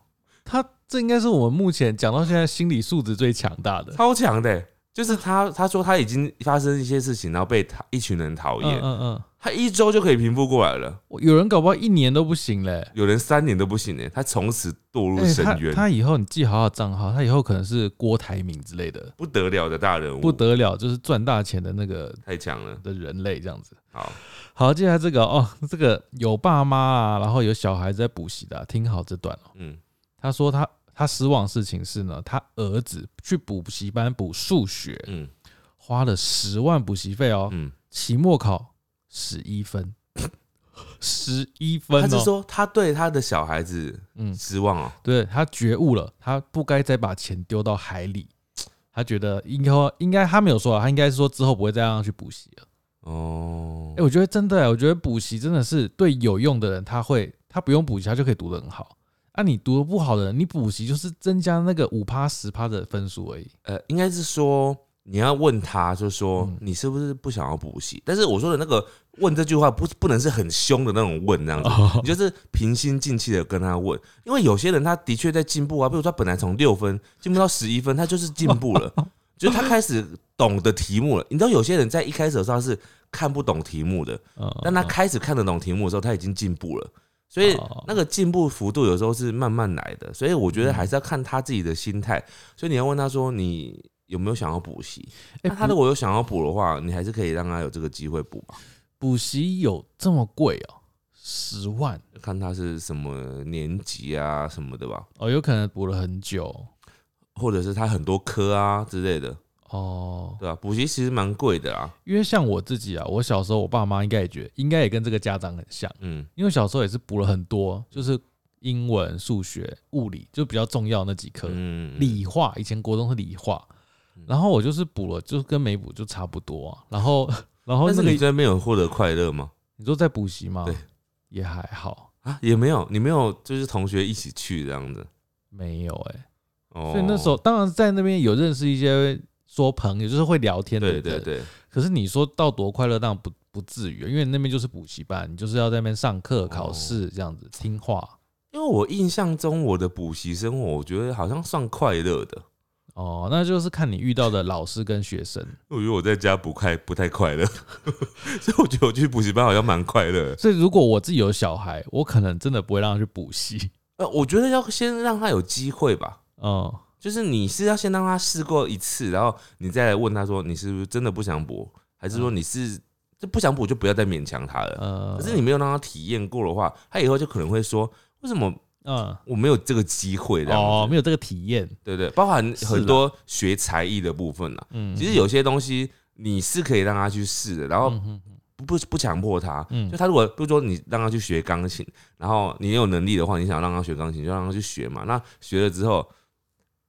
A: 他这应该是我们目前讲到现在心理素质最强大的。
B: 超强的欸、就是 他，他说他已经发生一些事情，然后被他一群人讨
A: 嗯
B: 厌，
A: 嗯嗯
B: 他一周就可以平复过来了。
A: 我，有人搞不好一年都不行嘞、
B: 有人三年都不行呢，他从此堕入
A: 欸
B: 深
A: 他
B: 渊，
A: 他以后你记好他的账号，他以后可能是郭台铭之类的，
B: 不得了的大人物，
A: 不得了，就是赚大钱的那个
B: 太强了。
A: 的人类这样子。
B: 好，
A: 好，接下来这个哦，这个有爸妈啊，然后有小孩子在补习的啊、听好这段哦。
B: 嗯，
A: 他说他他失望的事情是呢，他儿子去补习班补数学，
B: 嗯
A: 花了十万补习费哦，
B: 嗯，
A: 期末考十一 分，十一分
B: 他是
A: 哦，
B: 说他对他的小孩子
A: 嗯，
B: 失望哦，
A: 对他觉悟了，他不该再把钱丢到海里。他觉得应该应该他没有说啊，他应该是说之后不会再让他去补习了。
B: 哦
A: 哎、，我觉得真的、我觉得补习真的是对有用的人，他会他不用补习，他就可以读得很好。啊，你读的不好的人，你补习就是增加那个五趴十趴的分数而已。
B: 呃，应该是说你要问他，就说
A: 嗯
B: 你是不是不想要补习？但是我说的那个问这句话不不能是很凶的那种问，那样子，你就是平心静气的跟他问，因为有些人他的确在进步啊，比如说他本来从六分进步到十一分，他就是进步了，就是他开始懂得题目了。你知道有些人在一开始的时候他是看不懂题目的，
A: 嗯，
B: 但他开始看得懂题目的时候，他已经进步了。所以
A: 哦
B: 那个进步幅度有时候是慢慢来的，所以我觉得还是要看他自己的心
A: 嗯
B: 态。所以你要问他说你有没有想要补习？
A: 哎
B: 那他如果有想要补的话，你还是可以让他有这个机会补吧。
A: 补习有这么贵哦、十万
B: 看他是什么年级啊什么的吧，
A: 哦，有可能补了很久
B: 或者是他很多科啊之类的，
A: 哦。
B: 对吧、补习其实蛮贵的啊啦，
A: 因为像我自己啊，我小时候我爸妈应该也觉得，应该也跟这个家长很像，
B: 嗯
A: 因为小时候也是补了很多，就是英文、数学、物理，就比较重要那几科。
B: 嗯，
A: 理化以前国中是理化，然后我就是补了，就是跟没补就差不多啊。然后， 然后
B: 但是
A: 那
B: 你
A: 个
B: 在那边有获得快乐吗？
A: 你说在补习吗？
B: 对，
A: 也还好，
B: 啊，也没有，你没有就是同学一起去这样子。
A: 没有哎、
B: 哦
A: 所以那时候当然在那边有认识一些说朋友，就是会聊天的
B: 对
A: 人。
B: 对对，
A: 可是你说到多快乐，当然不不至于，因为那边就是补习班，你就是要在那边上课、
B: 哦
A: 考试这样子，听话
B: 因为我印象中我的补习生活，我觉得好像算快乐的。
A: 哦。那就是看你遇到的老师跟学生，
B: 我觉得我在家不快不太快乐， 所以我觉得我去补习班好像蛮快乐的。
A: 所以如果我自己有小孩，我可能真的不会让他去补习。
B: 呃，我觉得要先让他有机会吧，
A: 嗯，
B: 就是你是要先让他试过一次，然后你再来问他说你是不是真的不想补，还是说你是就不想补就不要再勉强他了。
A: 呃，
B: 可是你没有让他体验过的话，他以后就可能会说为什么
A: 嗯
B: 我没有这个机会这样子
A: 哦，没有这个体验，
B: 对对，包含
A: 是
B: 很
A: 啦
B: 多学才艺的部分啦。啊
A: 嗯，
B: 其实有些东西你是可以让他去试的，然后
A: 嗯嗯
B: 不不不强迫他。
A: 嗯
B: 就他如果比如说你让他去学钢琴，然后你有能力的话，你想让他学钢琴，就让他去学嘛。那学了之后，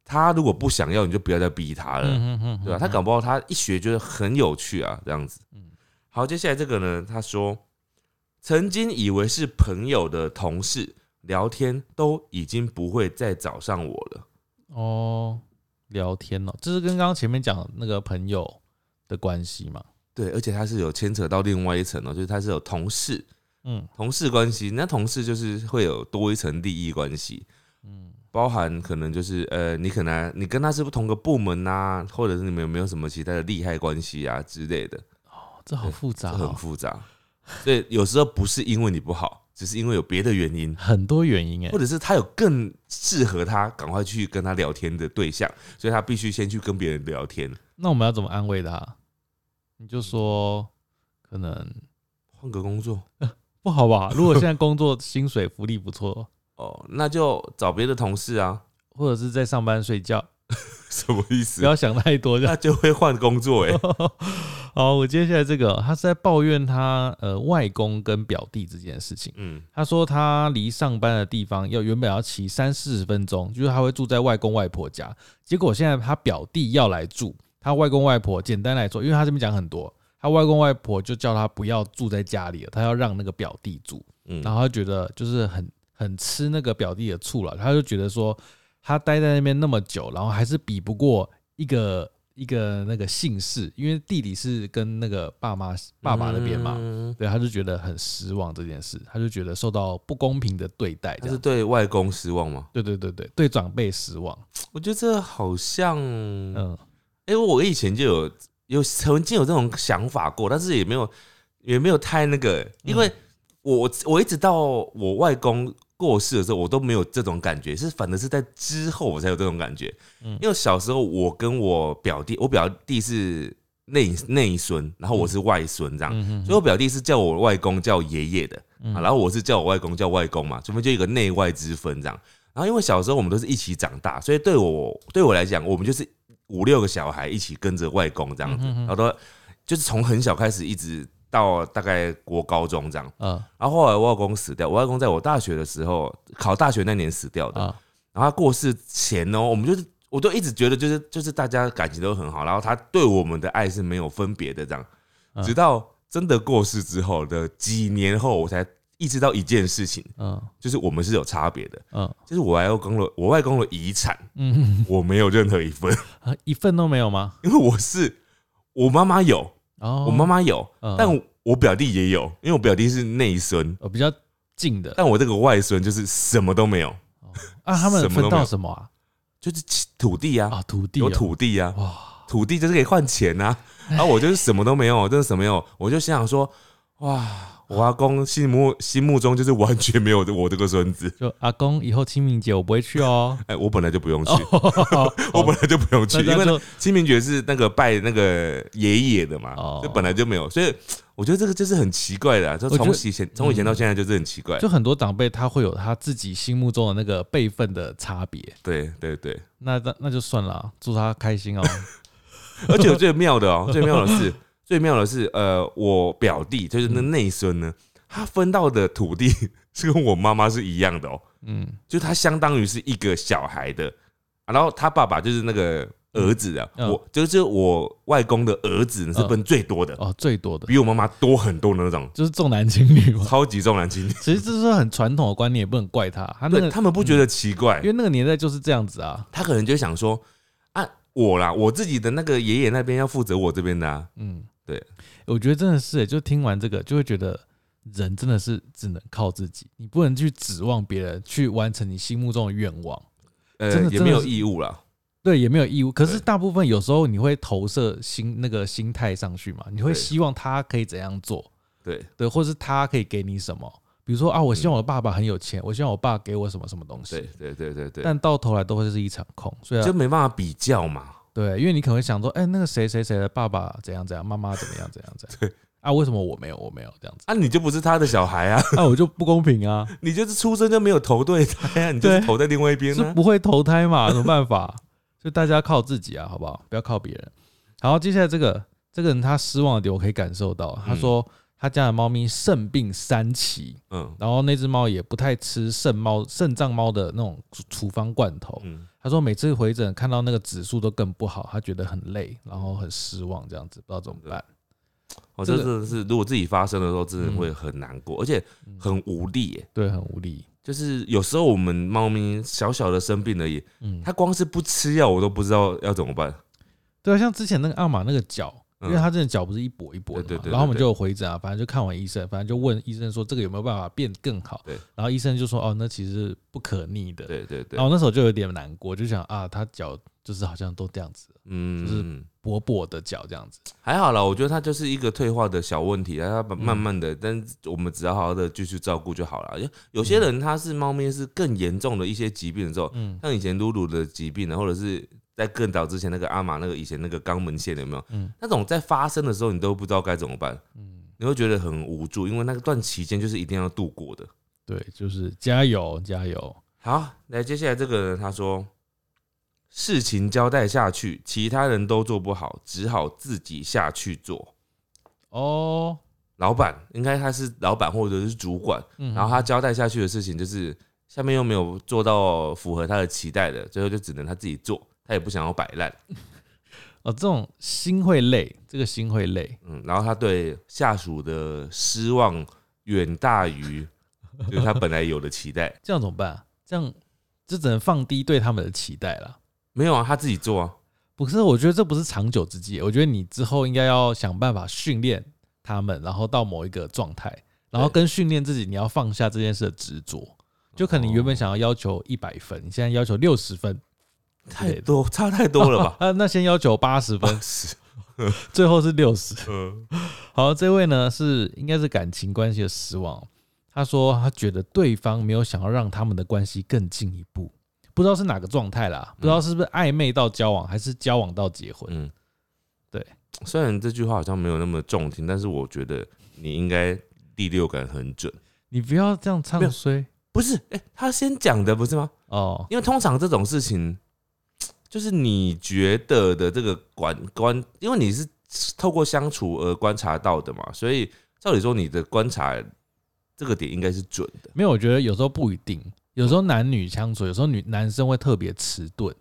B: 他如果不想要，你就不要再逼他了，
A: 嗯嗯嗯
B: 对吧、啊他搞不好他一学觉得很有趣啊，这样子。好，接下来这个呢，他说曾经以为是朋友的同事聊天，都已经不会再找上我了。
A: 哦，聊天哦，这是跟刚刚前面讲的那个朋友的关系嘛？
B: 对，而且他是有牵扯到另外一层哦、就是他是有同事，
A: 嗯
B: 同事关系，那同事就是会有多一层利益关系，
A: 嗯
B: 包含可能就是呃，你可能你跟他是不同个部门呐、或者是你们有没有什么其他的利害关系啊之类的，
A: 哦这好复
B: 这
A: 杂、
B: 很
A: 哦，
B: 复杂。所以有时候不是因为你不好，只是因为有别的原因，
A: 很多原因哎
B: 或，者是他有更适合他赶快去跟他聊天的对象，所以他必须先去跟别人聊天，
A: 那我们要怎么安慰他？你就说可能
B: 换个工作
A: 不 好吧？如果现在工作薪水福利不错
B: 哦 哦，那就找别的同事啊。
A: 或者是在上班睡觉，
B: 什么意
A: 不
B: 思？
A: 要想太多。这样
B: 那就会换工作哎、
A: 好，我接下来这个，他是在抱怨他呃外公跟表弟这件事情。
B: 嗯，
A: 他说他离上班的地方要原本要骑三四十分钟，就是他会住在外公外婆家，结果现在他表弟要来住，他外公外婆简单来说，因为他这边讲很多，他外公外婆就叫他不要住在家里了，他要让那个表弟住，
B: 嗯
A: 然后他觉得就是很很吃那个表弟的醋了，他就觉得说他待在那边那么久，然后还是比不过一个一个那个姓氏，因为弟弟是跟那个爸妈爸爸那边嘛，
B: 嗯
A: 对，他就觉得很失望这件事，他就觉得受到不公平的对待，
B: 他
A: 这
B: 是
A: 样
B: 对啊外公失望吗？
A: 对对对对，对长辈失望，
B: 我觉得这好像，哎、
A: 嗯，
B: 我以前就有有曾经有这种想法过，但是也没有也没有太那个，因为我我我一直到我外公过世的时候，我都没有这种感觉，是反而是在之后我才有这种感觉。
A: 嗯
B: 因为小时候我跟我表弟，我表弟是内内孙，然后我是外孙这样，
A: 嗯哼
B: 所以我表弟是叫我外公叫爷爷的、啊，然后我是叫我外公叫外公嘛，所以我们就有一个内外之分这样。然后因为小时候我们都是一起长大，所以对我对我来讲，我们就是五六个小孩一起跟着外公这样
A: 嗯
B: 子，然后都就是从很小开始一直到大概国高中这样。
A: 嗯
B: 然后后来我外公死掉，我外公在我大学的时候考大学那年死掉的。
A: 啊
B: 然后他过世前哦，我们就是我都一直觉得就是就是大家感情都很好，然后他对我们的爱是没有分别的这样，
A: 嗯
B: 直到真的过世之后的几年后，我才意识到一件事情，
A: 嗯
B: 就是我们是有差别的，
A: 嗯
B: 就是我外公的我外公的遗产
A: 嗯，
B: 我没有任何一份，
A: 啊一份都没有吗？
B: 因为我是我妈妈有，
A: 哦，
B: 我妈妈有，
A: 嗯
B: 但我表弟也有，因为我表弟是内孙，
A: 呃比较近的
B: 但我这个外孙就是什么都没有，
A: 啊，他们
B: 什么都
A: 分
B: 没
A: 到
B: 有
A: 什么啊？
B: 就是土地啊，
A: 啊，土地
B: 有
A: 哦
B: 土地啊，
A: 哇，哎
B: 土地就是可以换钱呐、然后我就是什么都没有，我真的什么没有，我就心想说，哇，我阿公心目心目中就是完全没有我这个孙子。
A: 就阿公以后清明节我不会去 哦，
B: 哎、我本来就不用去，
A: 哦
B: 我本来就不用去，
A: 那这
B: 因
A: 样
B: 为
A: 就
B: 呢清明节是那个拜那个爷爷的嘛，
A: 哦
B: 就本来就没有，所以我觉得这个就是很奇怪的、啊，就
A: 我觉
B: 从
A: 得嗯
B: 以前从以前到现在就是很奇怪。
A: 就很多长辈他会有他自己心目中的那个辈分的差别，
B: 对对对，
A: 那那那就算了啊，祝他开心哦。
B: 而且最妙的 哦、最妙的是，最妙的是，呃，我表弟就是那内孙呢，他分到的土地 是跟我妈妈是一样的哦、
A: 嗯
B: 就他相当于是一个小孩的，啊然后他爸爸就是那个儿子啊，
A: 嗯
B: 我就是我外公的儿子呢是分最多的，
A: 哦，最多的
B: 比我妈妈多很多的那种，
A: 就是重男轻女嘛。
B: 超级重男轻女。
A: 其实这是很传统的观念，也不能怪他，他那
B: 对
A: 个
B: 他们不觉得奇
A: 嗯
B: 怪
A: 因，为那个年代就是这样子啊。
B: 他可能就想说啊，我啦，我自己的那个爷爷那边要负责我这边的、啊，
A: 嗯，
B: 对，
A: 我觉得真的是、欸就听完这个就会觉得。人真的是只能靠自己，你不能去指望别人去完成你心目中的愿望。真
B: 呃，
A: 的
B: 也没
A: 真
B: 有
A: 的是
B: 义务啦。
A: 对，也没有义务。可是
B: 对
A: 大部分有时候你会投射心那个心态上去嘛，你会
B: 对
A: 希望他可以怎样做，
B: 对，
A: 对，或是他可以给你什么。比如说啊，我希望我爸爸很有钱，我希望我爸给我什么什么东
B: 对
A: 西，，
B: 对，对，对，对，
A: 但到头来都会是一场空。所以啊、
B: 就没办法比较嘛。
A: 对，因为你可能会想说，哎、那个谁谁谁的爸爸怎样怎样，妈妈怎么样怎样怎样，
B: 对
A: 啊，为什么我没有我没有这样子？
B: 啊，你就不是他的小孩啊，
A: 啊，我就不公平啊，
B: 你就是出生就没有投对胎啊，你就是
A: 对
B: 投在另外一边啊
A: 是
B: 呢、
A: 不会投胎嘛？有什么办法？所以大家靠自己啊，好不好？不要靠别人。好，接下来这个这个人他失望的点，我可以感受到。他说他家的猫咪肾病三期，
B: 嗯
A: 然后那只猫也不太吃肾猫肾脏猫的那种处处方罐头。
B: 嗯，
A: 他说每次回诊看到那个指数都更不好，他觉得很累，然后很失望，这样子不知道怎么办。
B: 我
A: 这
B: 哦这
A: 个
B: 真的是，如果自己发生的时候，真的会很难
A: 嗯
B: 过，而且很无力耶。
A: 对，很无力。
B: 就是有时候我们猫咪小小的生病而已，
A: 嗯，
B: 它光是不吃药，我都不知道要怎么办。
A: 对啊，像之前那个阿玛那个脚，因
B: 嗯
A: 为他真的脚不是一跛一跛的嘛，
B: 对对对对
A: 然后我们
B: 对
A: 就有回诊啊，反正就看完医生，反正就问医生说这个有没有办法变更好，
B: 对，
A: 然后医生就说哦，那其实是不可逆的，
B: 对对对
A: 然，后那时候就有点难过，就想啊，他脚就是好像都这样子，
B: 嗯，
A: 就是跛跛的脚这样子，
B: 还好啦，我觉得它就是一个退化的小问题，然后它慢慢
A: 嗯
B: 的，但是我们只要好好的继续照顾就好了。有有些人他是猫咪是更严重的一些疾病的时候，
A: 嗯
B: 像以前露露的疾病啊，或者是在更早之前那个阿玛那个以前那个肛门腺有没有？
A: 嗯
B: 那种在发生的时候，你都不知道该怎么办，
A: 嗯，
B: 你会觉得很无助，因为那段期间就是一定要度过的。
A: 对，就是加油加油，
B: 好，来接下来这个人他说，事情交代下去，其他人都做不好，只好自己下去做。
A: 哦，
B: 老板应该他是老板或者是主管，
A: 嗯
B: 然后他交代下去的事情就是下面又没有做到符合他的期待的，最后就只能他自己做，他也不想要摆烂。
A: 哦，这种心会累，这个心会累，
B: 嗯，然后他对下属的失望远大于 就是他本来有的期待。
A: 这样怎么办、啊？这样就只能放低对他们的期待了。
B: 没有啊，他自己做啊。
A: 不是，我觉得这不是长久之计。我觉得你之后应该要想办法训练他们，然后到某一个状态，然后跟训练自己，你要放下这件事的执着。就可能你原本想要要求一百分，你现在要求六十分，？
B: 太多差太多了 吧
A: 啊，那先要求八十分，
B: 是，
A: 最后是六十。
B: 嗯，
A: 好，这位呢是应该是感情关系的失望。他说他觉得对方没有想要让他们的关系更进一步，不知道是哪个状态啦，不知道是不是暧昧到交往，还是交往到结婚。
B: 嗯，
A: 对。
B: 虽然这句话好像没有那么中听，但是我觉得你应该第六感很准。
A: 你不要这样
B: 没
A: 唱
B: 有
A: 衰
B: 不是，哎、他先讲的不是吗？
A: 哦。
B: 因为通常这种事情，就是你觉得的这个观观，因为你是透过相处而观察到的嘛，所以照理说你的观察这个点应该是准的。
A: 没有，我觉得有时候不一定，有时候男女相处，有时候女男生会特别迟钝，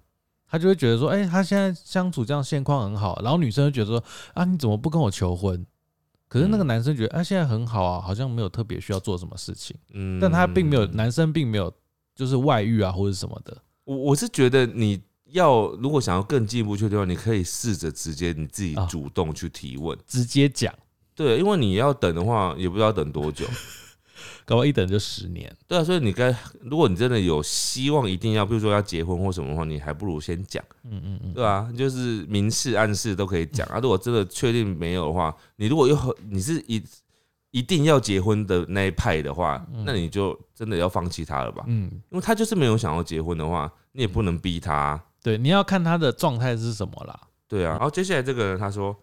A: 他就会觉得说，哎、他现在相处这样现况很好，然后女生就觉得说，啊，你怎么不跟我求婚？可是那个
B: 嗯
A: 男生觉得，啊，现在很好啊，好像没有特别需要做什么事情，
B: 嗯
A: 但他并没有，男生并没有就是外遇啊或者什么的，
B: 我我是觉得你要如果想要更进一步确定的话，你可以试着直接你自己
A: 啊
B: 主动去提问。
A: 直接讲，
B: 对，因为你要等的话，也不知道等多久。
A: 搞不好一等就十年。
B: 对啊，所以你该，如果你真的有希望，一定要，比如说要结婚或什么的话，你还不如先讲，
A: 嗯嗯嗯，
B: 对啊，就是明示暗示都可以讲啊。如果真的确定没有的话，你如果又很你是一一定要结婚的那一派的话，那你就真的要放弃他了吧？
A: 嗯，
B: 因为他就是没有想要结婚的话，你也不能逼他啊、
A: 对，你要看他的状态是什么啦。
B: 对啊，然后接下来这个人他说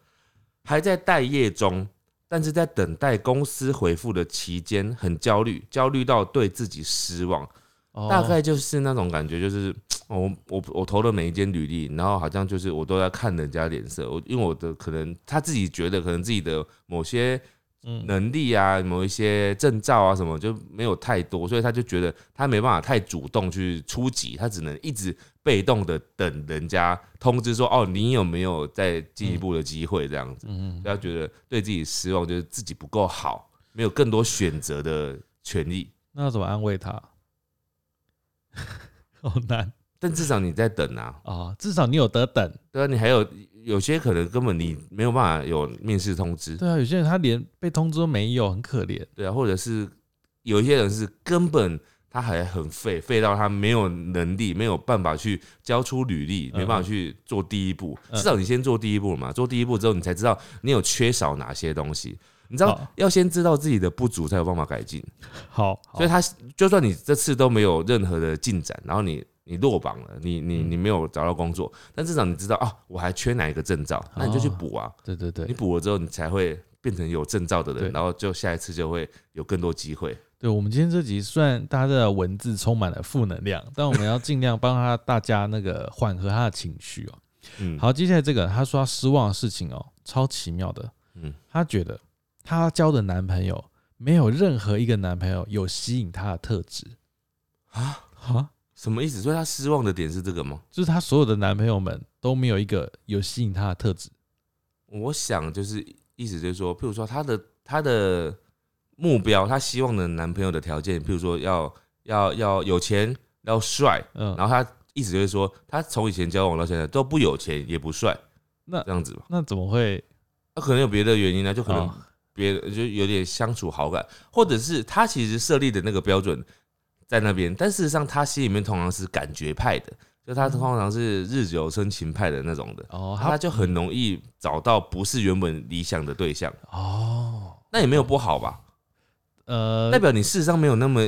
B: 还在待业中，但是在等待公司回复的期间很焦虑，焦虑到对自己失望，
A: 哦
B: 大概就是那种感觉，就是哦我我我投了每一间履历，然后好像就是我都在看人家脸色，我因为我的可能他自己觉得可能自己的某些
A: 嗯
B: 能力啊，某一些证照啊什么就没有太多，所以他就觉得他没办法太主动去出击，他只能一直被动的等人家通知说哦你有没有再进一步的机会这样子，
A: 嗯嗯
B: 所以他觉得对自己失望，就是自己不够好，没有更多选择的权利。
A: 那要怎么安慰 他？好难
B: 但至少你在等啊，
A: 啊、至少你有得等。
B: 对啊，你还有有些可能根本你没有办法有面试通知，
A: 对啊，有些人他连被通知都没有，很可怜。
B: 对啊，或者是有一些人是根本他还很废，废到他没有能力，没有办法去交出履历，
A: 嗯
B: 没办法去做第一步。
A: 嗯
B: 至少你先做第一步嘛，做第一步之后，你才知道你有缺少哪些东西。你知道
A: 好
B: 要先知道自己的不足，才有办法改进。
A: 好，
B: 所以他就算你这次都没有任何的进展，然后你你落榜了，你你
A: 嗯
B: 你没有找到工作，但至少你知道啊，我还缺哪一个证照，那你就去
A: 哦
B: 补啊。
A: 对对
B: 你
A: 对，
B: 补了之后，你才会变成有证照的
A: 对
B: 人，然后就下一次就会有更多机会。
A: 对我们今天这集虽然大家的文字充满了负能 量，但我们要尽量帮他大家那个缓和他的情绪哦。
B: 嗯，，
A: 好，接下来这个他说他失望的事情哦，超奇妙的。
B: 嗯，
A: 他觉得他交的男朋友没有任何一个男朋友有吸引他的特质
B: 啊
A: 啊，
B: 什么意思？所以他失望的点是这个吗？
A: 就是他所有的男朋友们都没有一个有吸引他的特质。
B: 我想就是意思就是说，譬如说他的他的目标，他希望的男朋友的条件，譬如说要要要有钱，要帅，
A: 嗯，
B: 然后他意思就是说，他从以前交往到现在都不有钱也不帅，
A: 那
B: 这样子吧？
A: 那怎么会？
B: 他、可能有别的原因啊呢、就可能
A: 哦
B: 别的就有点相处好感，或者是他其实设立的那个标准在那边，但事实上他心里面通常是感觉派的，就他通常是日久生情派的那种的，
A: 哦，
B: 他
A: 他
B: 就很容易找到不是原本理想的对象，
A: 哦，
B: 那也没有不好吧？
A: 呃，
B: 代表你事实上没有那么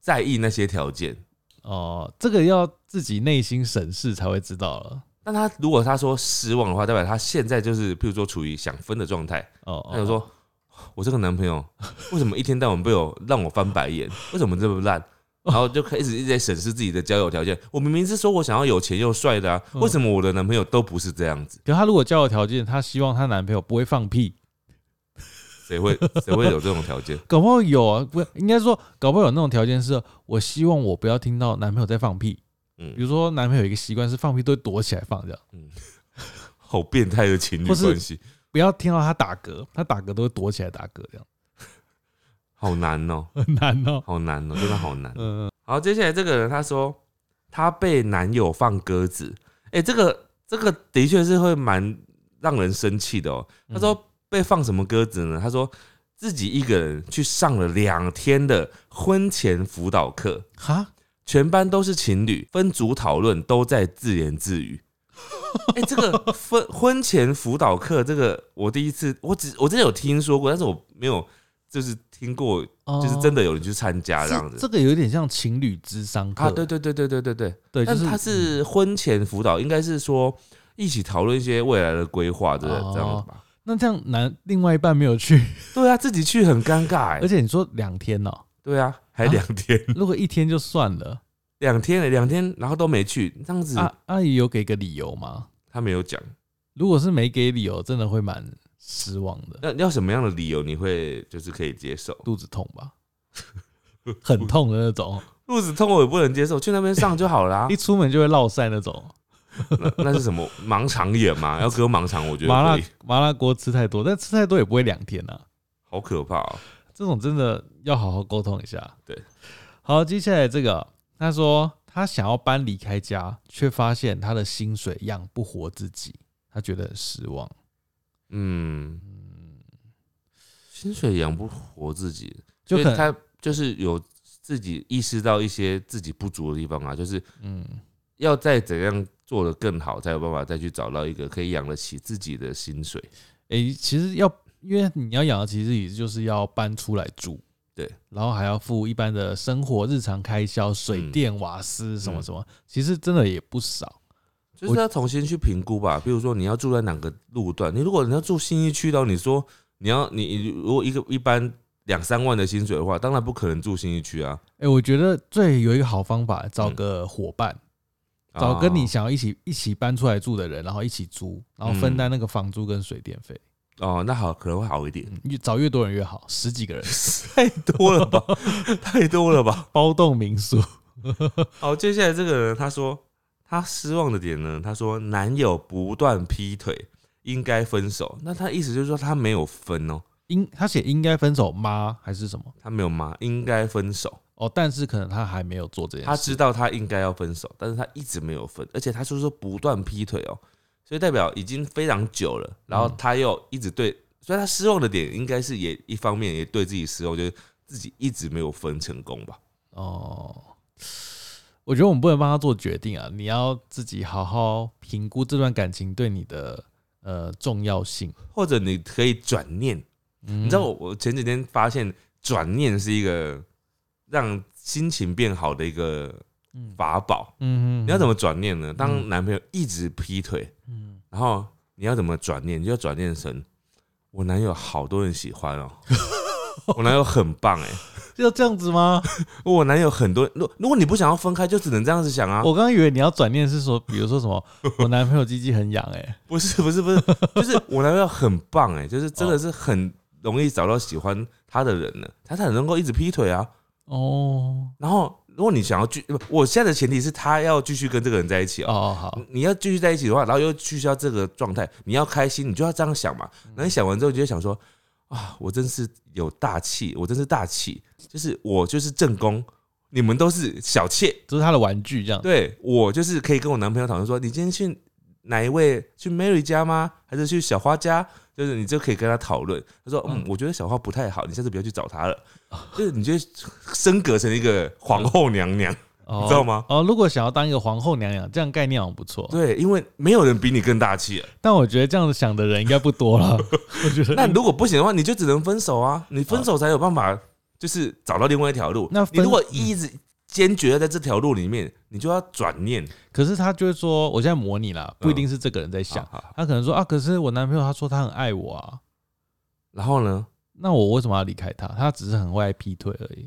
B: 在意那些条件。
A: 哦，这个要自己内心审视才会知道了。
B: 但他如果他说失望的话，代表他现在就是，譬如说处于想分的状态，
A: 哦，
B: 他就说
A: 哦，：“
B: 我这个男朋友为什么一天到晚被我让我翻白眼？为什么这么烂？
A: 哦
B: 然后就开始一直在审视自己的交友条件。我明明是说我想要有钱又帅的啊，为什么我的男朋友都不是这样子？
A: 可她如果交友条件，她希望她男朋友不会放屁，
B: 谁会谁会有这种条件？
A: 搞不好有啊，不应该说搞不好有那种条件是，我希望我不要听到男朋友在放屁。比
B: 嗯，
A: 如说男朋友有一个习惯是放屁都会躲起来放，这样
B: 好变态的情侣
A: 或是
B: 关系，
A: 不要听到他打嗝，他打嗝都会躲起来打嗝，这样
B: 好难哦、
A: 很难哦。
B: 好难哦、真的好难。
A: 嗯，
B: 好，接下来这个人他说他被男友放鸽子，哎、这个这个的确是会蛮让人生气的哦、他
A: 嗯
B: 说被放什么鸽子呢？他说自己一个人去上了两天的婚前辅导课，
A: 哈，
B: 全班都是情侣，分组讨论都在自言自语。哎、这个婚婚前辅导课，这个我第一次，我只我之前有听说过，但是我没有就是听过，就是
A: 哦
B: 真的有人去参加啊这样子。
A: 这个有点像情侣智商课
B: 啊，对对对对对对对
A: 对，就
B: 但
A: 是
B: 他是婚前辅导，应该是说一起讨论一些未来的规划，对不对？
A: 哦
B: 这样子吧。
A: 那这样男另外一半没有去，
B: 对啊，自己去很尴尬
A: 而
B: 哎。
A: 且你说两天 哦，
B: 对啊，还
A: 啊
B: 两天，
A: 如果一天就算了，
B: 两天了，两天，然后都没去，这样子
A: 阿阿姨有给个理由吗？
B: 他没有讲。
A: 如果是没给理由，真的会蛮失望的，
B: 那要什么样的理由你会就是可以接受？
A: 肚子痛 吧，很痛的那种，
B: 肚子痛我也不能接受，去那边上就好 啦
A: 一。出门就会落晒那种。
B: 那那是什么盲肠炎吗？要割盲肠，我觉
A: 麻
B: 得可
A: 辣
B: 以，
A: 麻辣锅吃太多，但吃太多也不会两天啊。
B: 好可怕哦。
A: 这种真的要好好沟通一下。
B: 对，
A: 好，接下来这个，他说他想要搬离开家，却发现他的薪水养不活自己，他觉得很失望。
B: 嗯，
A: 嗯，
B: 薪水养不活自己，
A: 就
B: 所以
A: 可能，
B: 他就是有自己意识到一些自己不足的地方啊，就是
A: 嗯，
B: 要再怎样做的更好，才有办法再去找到一个可以养得起自己的薪水。
A: 诶、其实要，因为你要养得起自己，就是要搬出来住，
B: 对，
A: 然后还要付一般的生活日常开销，水
B: 嗯
A: 电、瓦斯什么
B: 嗯
A: 什么，其实真的也不少。
B: 就是要重新去评估吧，比如说你要住在哪个路段，你如果你要住新一区的话，你说你要你你如果一个一般两三万的薪水的话，当然不可能住新一区啊，
A: 诶、我觉得最有一个好方法，找
B: 嗯
A: 个伙伴。找
B: 哦
A: 跟你想要一起一起搬出来住的人，然后一起租，然后分
B: 嗯
A: 担那个房租跟水电费。
B: 哦哦，那好可能会好一点，
A: 嗯，越找越多人越好，十几个人
B: 太多了吧， 太多了吧，
A: 包栋民宿。
B: 好，接下来这个人他说他失望的点呢，他说男友不断劈腿，应该分手。那他意思就是说他没有分哦，
A: 应他写应该分手吗？还是什么？
B: 他没有骂，应该分手。
A: 哦，但是可能他还没有做这件事。
B: 他知道他应该要分手，但是他一直没有分，而且他就是说不断劈腿哦，所以代表已经非常久了。然后
A: 嗯
B: 他又一直对，所以他失望的点应该是也一方面也对自己失望，就是自己一直没有分成功吧。
A: 哦，我觉得我们不能帮他做决定啊，你要自己好好评估这段感情对你的呃重要性。
B: 或者你可以转念，
A: 嗯
B: 你知道我我前几天发现转念是一个让心情变好的一个
A: 嗯
B: 法宝。
A: 嗯，
B: 你要怎
A: 么？
B: 么转念呢？当
A: 嗯
B: 男朋友一直劈腿，
A: 嗯，
B: 然后你要怎么转念？你就转念成我男友好多人喜欢哦， 我男友很棒哎、
A: 要这样子吗？
B: 我男友很多。如如果你不想要分开，就只能这样子想啊。
A: 我刚刚以为你要转念是说，比如说什么，我男朋友鸡鸡很痒，哎，
B: 不是不是不是，就是我男朋友很棒哎、就是真的是很容易找到喜欢他的人了，他才能够一直劈腿啊。
A: 哦，
B: 然后，如果你想要继，不我现在的前提是他要继续跟这个人在一起哦。
A: 哦，好，
B: 你要继续在一起的话，然后又取消这个状态，你要开心，你就要这样想嘛。然后你想完之后，你就会想说啊，我真是有大气，我真是大气，就是我就是正宫，你们都是小妾，
A: 这是他的玩具这样。
B: 对我就是可以跟我男朋友讨论说，你今天去哪一位去 Mary 家吗？还是去小花家？就是你就可以跟他讨论。他说，嗯
A: 嗯，
B: 我觉得小花不太好，你下次不要去找她了。就是你就会升格成一个皇后娘娘，
A: 哦
B: 你知道吗？
A: 哦，如果想要当一个皇后娘娘，这样概念好像不错，
B: 对，因为没有人比你更大气了。
A: 但我觉得这样子想的人应该不多 了。我 觉得
B: 那如果不行的话，你就只能分手啊！你分手才有办法，就是找到另外一条路。
A: 那
B: 你
A: 分
B: 如果一直坚决地在这条路里面，你就要转念。
A: 可是他就会说，我现在模拟啦，不一定是这个人在想，
B: 嗯好好
A: 他可能说啊，可是我男朋友他说他很爱我啊，
B: 然后呢？
A: 那我为什么要离开他？他只是很会劈腿而已。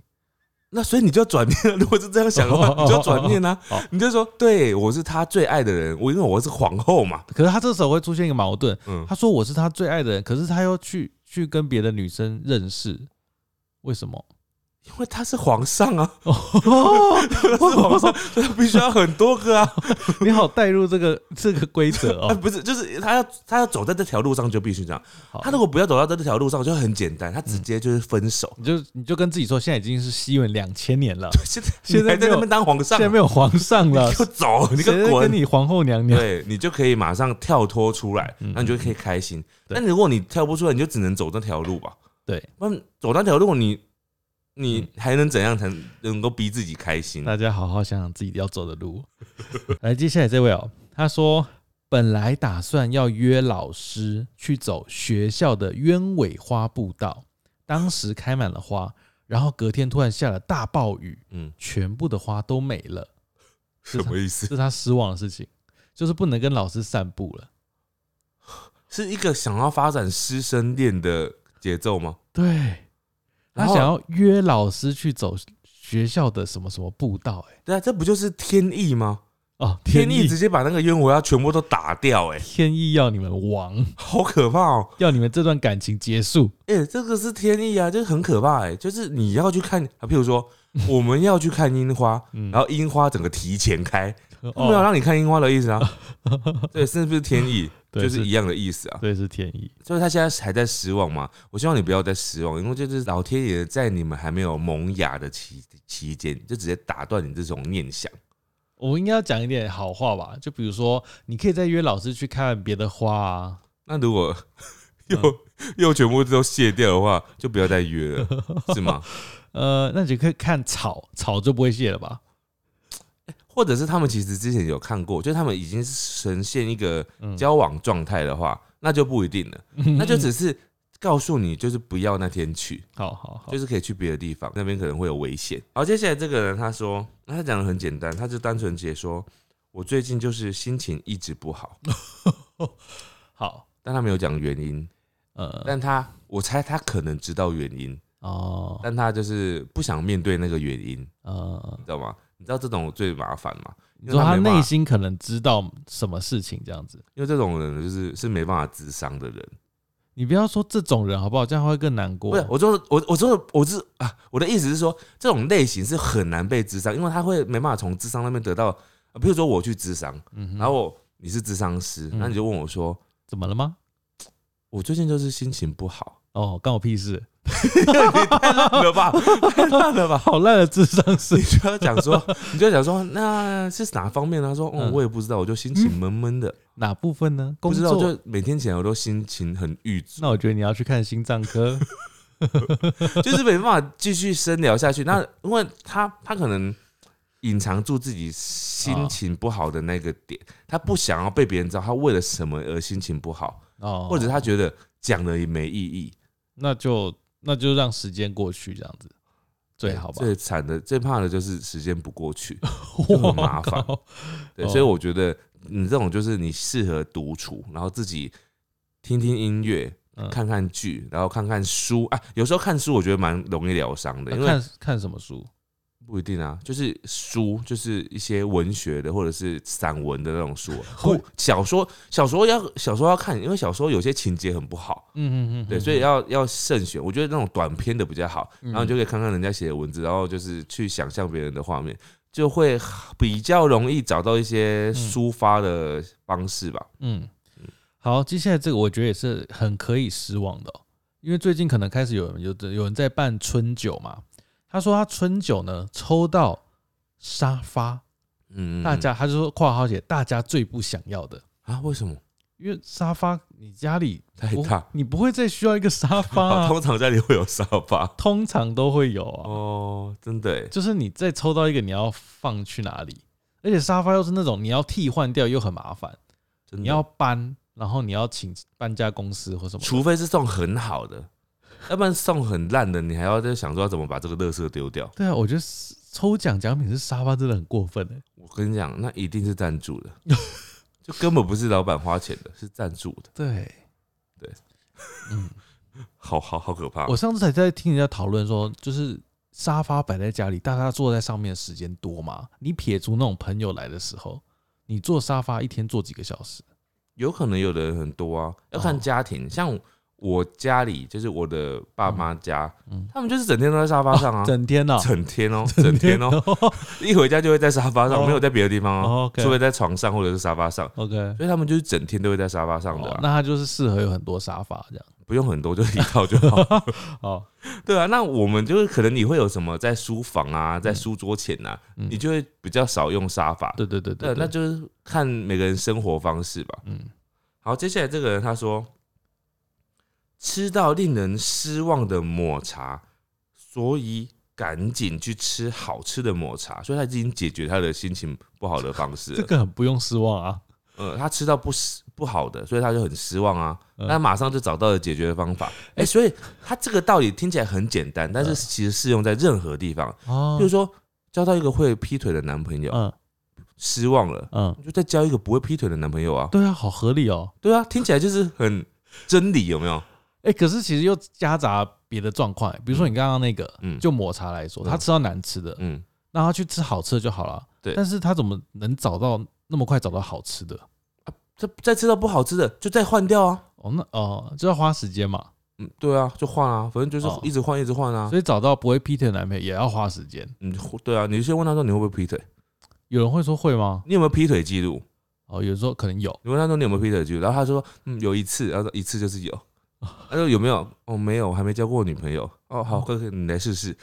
B: 那所以你就要转念了。如果是这样想的话，你就要转念啊
A: 哦哦哦哦哦！
B: 你就说，对我是他最爱的人，我因为我是皇后嘛。
A: 可是他这时候会出现一个矛盾，
B: 嗯
A: 他说我是他最爱的人，可是他又去去跟别的女生认识，为什么？
B: 因为他是皇上啊，
A: 哦，
B: 他是皇 上，所以他必须要很多个啊。
A: 你好带入这个这个规则
B: 啊，
A: 哦。
B: 不是，就是他要他要走在这条路上就必须这样
A: 好。
B: 他如果不要走到这条路上，就很简单，他直接就是分手。
A: 你就你就跟自己说，现在已经是西元两千年 了，
B: 现在
A: 现在
B: 你还在
A: 没有
B: 那边当皇上啊
A: 现在，没有皇上 了
B: 你，就走，你
A: 谁
B: 个
A: 在
B: 滚
A: 跟！你皇后娘娘。
B: 对你就可以马上跳脱出来，
A: 嗯
B: 那你就可以开心。
A: 对
B: 但如果你跳不出来，你就只能走那条路吧。
A: 对，嗯
B: 不然走那条路，你你还能怎样才能够逼自己开 心？
A: 大家好好想想自己要走的路。 来，接下来这位哦，他说本来打算要约老师去走学校的鸢尾花步道，当时开满了花，然后隔天突然下了大暴雨，
B: 嗯，
A: 全部的花都没了，
B: 什么意思
A: 这？是他失望的事情，就是不能跟老师散步了。
B: 是一个想要发展师生恋的节奏吗？
A: 对，他
B: 然后
A: 想要约老师去走学校的什么什么步道、哎，
B: 对啊，这不就是天意吗？
A: 哦，
B: 天
A: 意
B: 意直接把那个鸢尾要全部都打掉、哎，
A: 天意要你们亡，
B: 好可怕哦、
A: 要你们这段感情结束。
B: 哎、这个是天意啊，就是很可怕哎、就是你要去看啊，譬如说我们要去看樱花，
A: 嗯
B: 然后樱花整个提前开，
A: 哦
B: 没有让你看樱花的意思 啊，对，是不是天意？
A: 对
B: 就是
A: 是
B: 一样的意思啊。
A: 对，是天意。
B: 所以他现在还在失望嘛？我希望你不要再失望，因为就是老天爷在你们还没有萌芽的期期间，就直接打断你这种念想。
A: 我应该要讲一点好话吧？就比如说，你可以再约老师去看别的花啊。
B: 那如果 又、
A: 嗯
B: 又全部都卸掉的话，就不要再约了，是吗？
A: 呃，那你可以看草，草就不会谢了吧？
B: 或者是他们其实之前有看过，就是他们已经是呈现一个
A: 嗯
B: 交往状态的话，那就不一定 了，那就只是告诉你，就是不要那天去，
A: 好好好
B: 就，是可以去别的地方，那边可能会有危险。好，接下来这个人他说，那他讲的很简单，他就单纯解说，我最近就是心情一直 不好，
A: 好，
B: 但他没有讲原因，
A: 呃，
B: 但他我猜他可能知道原因，
A: 哦，
B: 但他就是不想面对那个原因，你
A: 呃，
B: 知道吗？你知道这种最麻烦吗？
A: 你说他
B: 没办
A: 内
B: 法
A: 心可能知道什么事情这样子，
B: 因为这种人就是是没办法智商的人。
A: 你不要说这种人好不好？这样会更难
B: 不
A: 过
B: 是，。我说的我我说的我是啊，我的意思是说，这种类型是很难被智商，因为他会没办法从智商那边得到。呃比如说我去智商，
A: 嗯哼，
B: 然后我你是智商师，
A: 嗯
B: 那你就问我说，
A: 怎么了吗？
B: 我最近就是心情不好，
A: 哦，干我屁事！
B: 太烂了吧，太烂了吧。
A: 好烂的智商是
B: 你就要讲说，你就要讲说，那是哪方面呢？他说，嗯，
A: 嗯
B: 我也不知道，我就心情闷闷的，
A: 哪部分呢？工
B: 不知道，
A: 作。
B: 就每天起来我都心情很郁卒。
A: 那我觉得你要去看心脏 科。
B: 就是没办法继续深聊 下去。那因为他他可能隐藏住自己
A: 啊
B: 心情不好的那个点，他不想要被别人知道他为了什么而心情不好，
A: 哦，
B: 或者他觉得讲了也没意义。
A: 那就那就让时间过去这样子，最好吧？
B: 最惨的、最怕的就是时间不过 去，就很麻烦。
A: 靠
B: 对，
A: 哦
B: 所以我觉得你这种就是你适合独处，然后自己听听音乐。
A: 嗯
B: 看看剧，然后看看书啊，有时候看书我觉得蛮容易疗伤的，因
A: 那
B: 为
A: 看看什么书？
B: 不一定啊，就是书，就是一些文学的或者是散文的那种书，
A: 会
B: 或小说。小说要小说要看，因为小说有些情节很不好，
A: 嗯嗯嗯，
B: 对，所以要要慎选。我觉得那种短篇的比较好，
A: 嗯
B: 然后你就可以看看人家写的文字，然后就是去想象别人的画面，就会比较容易找到一些抒发的方式吧。
A: 嗯，好，接下来这个我觉得也是很可以失望的哦、因为最近可能开始有人有的有人在办春酒嘛，他说他春酒呢抽到沙发，
B: 嗯，
A: 大家他就说括号写大家最不想要的，
B: 啊，为什么
A: 因为沙发你家里
B: 太
A: 不
B: 大？
A: 你不会再需要一个沙发、
B: 啊
A: 啊，
B: 通常家里会有沙发
A: 通常都会有啊。
B: 哦，真的耶，
A: 就是你再抽到一个，你要放去哪里？而且沙发又是那种你要替换掉又很麻烦，
B: 真的
A: 你要搬，然后你要请搬家公司或什么的。
B: 除非是送很好的，要不然送很烂的，你还要在想说要怎么把这个垃圾丢掉。
A: 对啊，我觉得是抽奖奖品是沙发真的很过分哎、
B: 我跟你讲，那一定是赞 助的，就根本不是老板花钱的，是赞助的。
A: 对，
B: 好好好可怕！
A: 我上次才在听人家讨论说，就是沙发摆在家里，大家坐在上面的时间多吗？你撇除那种朋友来的时候，你坐沙发一天坐几个小时？
B: 有可能有的人很多啊，要看家
A: 哦
B: 庭。像我家里，就是我的爸妈家，
A: 嗯哦
B: 他们就是整天都在沙发上啊，
A: 整天呢、
B: 整 天哦，整天哦，一回家就会在沙发
A: 哦
B: 上，没有在别的地方
A: 哦
B: 哦，
A: ，OK
B: 除非在床上或者是沙发上。
A: OK，
B: 所以他们就是整天都会在沙发上的
A: 哦
B: 啊、
A: 那他就是适合有很多沙发这样。
B: 不用很多，就一套就好。
A: 哦，
B: 对啊，那我们就是可能你会有什么在书房啊，在书桌前啊，
A: 嗯
B: 你就会比较少用沙发。
A: 对对对
B: 对，那
A: 对，
B: 就是看每个人生活方式吧。
A: 嗯，
B: 好，接下来这个人他说，吃到令人失望的抹茶，所以赶紧去吃好吃的抹茶，所以他已经解决他的心情不好的方式了。
A: 这个很不用失望啊。
B: 呃，他吃到不失不好的，所以他就很失望啊。
A: 嗯
B: 那、马上就找到了解决的方法。哎、所以他这个道理听起来很简单，
A: 嗯
B: 但是其实适用在任何地方。
A: 哦
B: 比如说，交到一个会劈腿的男朋友，
A: 嗯
B: 失望了，
A: 嗯，
B: 就再交一个不会劈腿的男朋友啊。
A: 对啊，好合理哦。
B: 对啊，听起来就是很真理，有没有？
A: 哎、可是其实又夹杂别的状况、比如说你刚刚那个，
B: 嗯
A: 就抹茶来说，他
B: 嗯
A: 吃到难吃的，
B: 嗯，
A: 那他去吃好吃的就好了。
B: 对
A: 但是他怎么能找到那么快找到好吃的？
B: 再再吃到不好吃的，就再换掉啊。
A: 哦，那哦、就要花时间嘛，
B: 嗯，对啊，就换啊，反正就是
A: 哦
B: 一直换，一直换啊。
A: 所以找到不会劈腿的男朋友也要花时间。
B: 嗯，对啊，你先问他说你会不会劈腿，
A: 有人会说会吗？
B: 你有没有劈腿记录？
A: 哦，有人说可能有，
B: 你问他说你有没有劈腿记录，然后他说嗯有一次，然后说一次就是有。他说有没有？哦，没有，我还没交过女朋友。哦，好，哥哥，你来试试，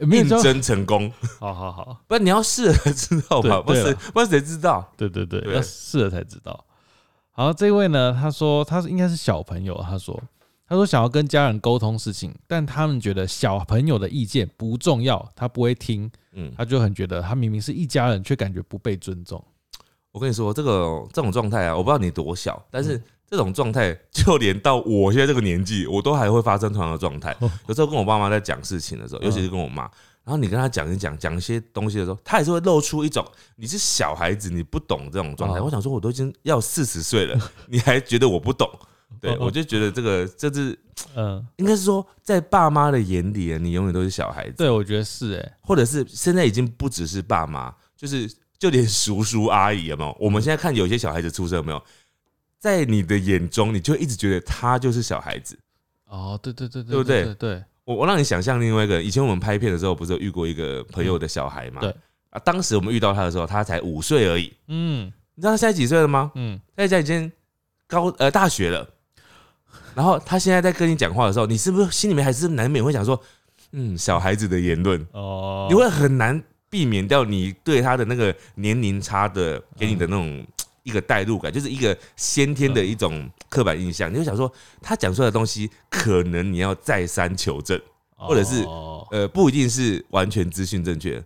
A: 欸没有
B: 应
A: 交。
B: 征成功。
A: 好好好，
B: 不，你要试了才知道吧？不
A: 对对
B: 是
A: 啦，
B: 不然谁知道？
A: 对对对，
B: 对
A: 要试了才知道。好，这位呢，他说他是应该是小朋友，他说他说想要跟家人沟通事情，但他们觉得小朋友的意见不重要，他不会听，
B: 嗯，
A: 他就很觉得他明明是一家人，却感觉不被尊重。
B: 我跟你说，这个这种状态啊，我不知道你多小，但是
A: 嗯
B: 这种状态，就连到我现在这个年纪，我都还会发生同样的状态
A: 哦。
B: 有时候跟我爸妈在讲事情的时候，
A: 嗯
B: 尤其是跟我妈，然后你跟她讲一讲，讲一些东西的时候，她也是会露出一种你是小孩子，你不懂这种状态。
A: 哦
B: 我想说，我都已经要四十岁了，你还觉得我不懂？对
A: 哦，
B: 我就觉得这个这是
A: 嗯，
B: 应该是说，在爸妈的眼里啊，你永远都是小孩子，
A: 对，我觉得是哎、
B: 或者是现在已经不只是爸妈，就是就连叔叔阿姨有没有？我们现在看有些小孩子出生有没有，在你的眼中，你就会一直觉得他就是小孩子。
A: 哦，对对对
B: 对不
A: 对对
B: 对
A: 对，
B: 我我让你想象另外一个，以前我们拍片的时候，不是有遇过一个朋友的小孩嘛？
A: 嗯对
B: 啊，当时我们遇到他的时候，他才五岁而已。
A: 嗯
B: 你知道他现在几岁了吗？
A: 嗯，
B: 他现在已经高呃大学了。然后他现在在跟你讲话的时候，你是不是心里面还是难免会想说，嗯，小孩子的言论，
A: 哦，
B: 你会很难避免掉你对他的那个年龄差的给你的那
A: 嗯
B: 种一个代入感，就是一个先天的一种刻板印象。你会想说，他讲出来的东西，可能你要再三求证，或者是
A: 哦嗯
B: 呃，不一定是完全资讯正确。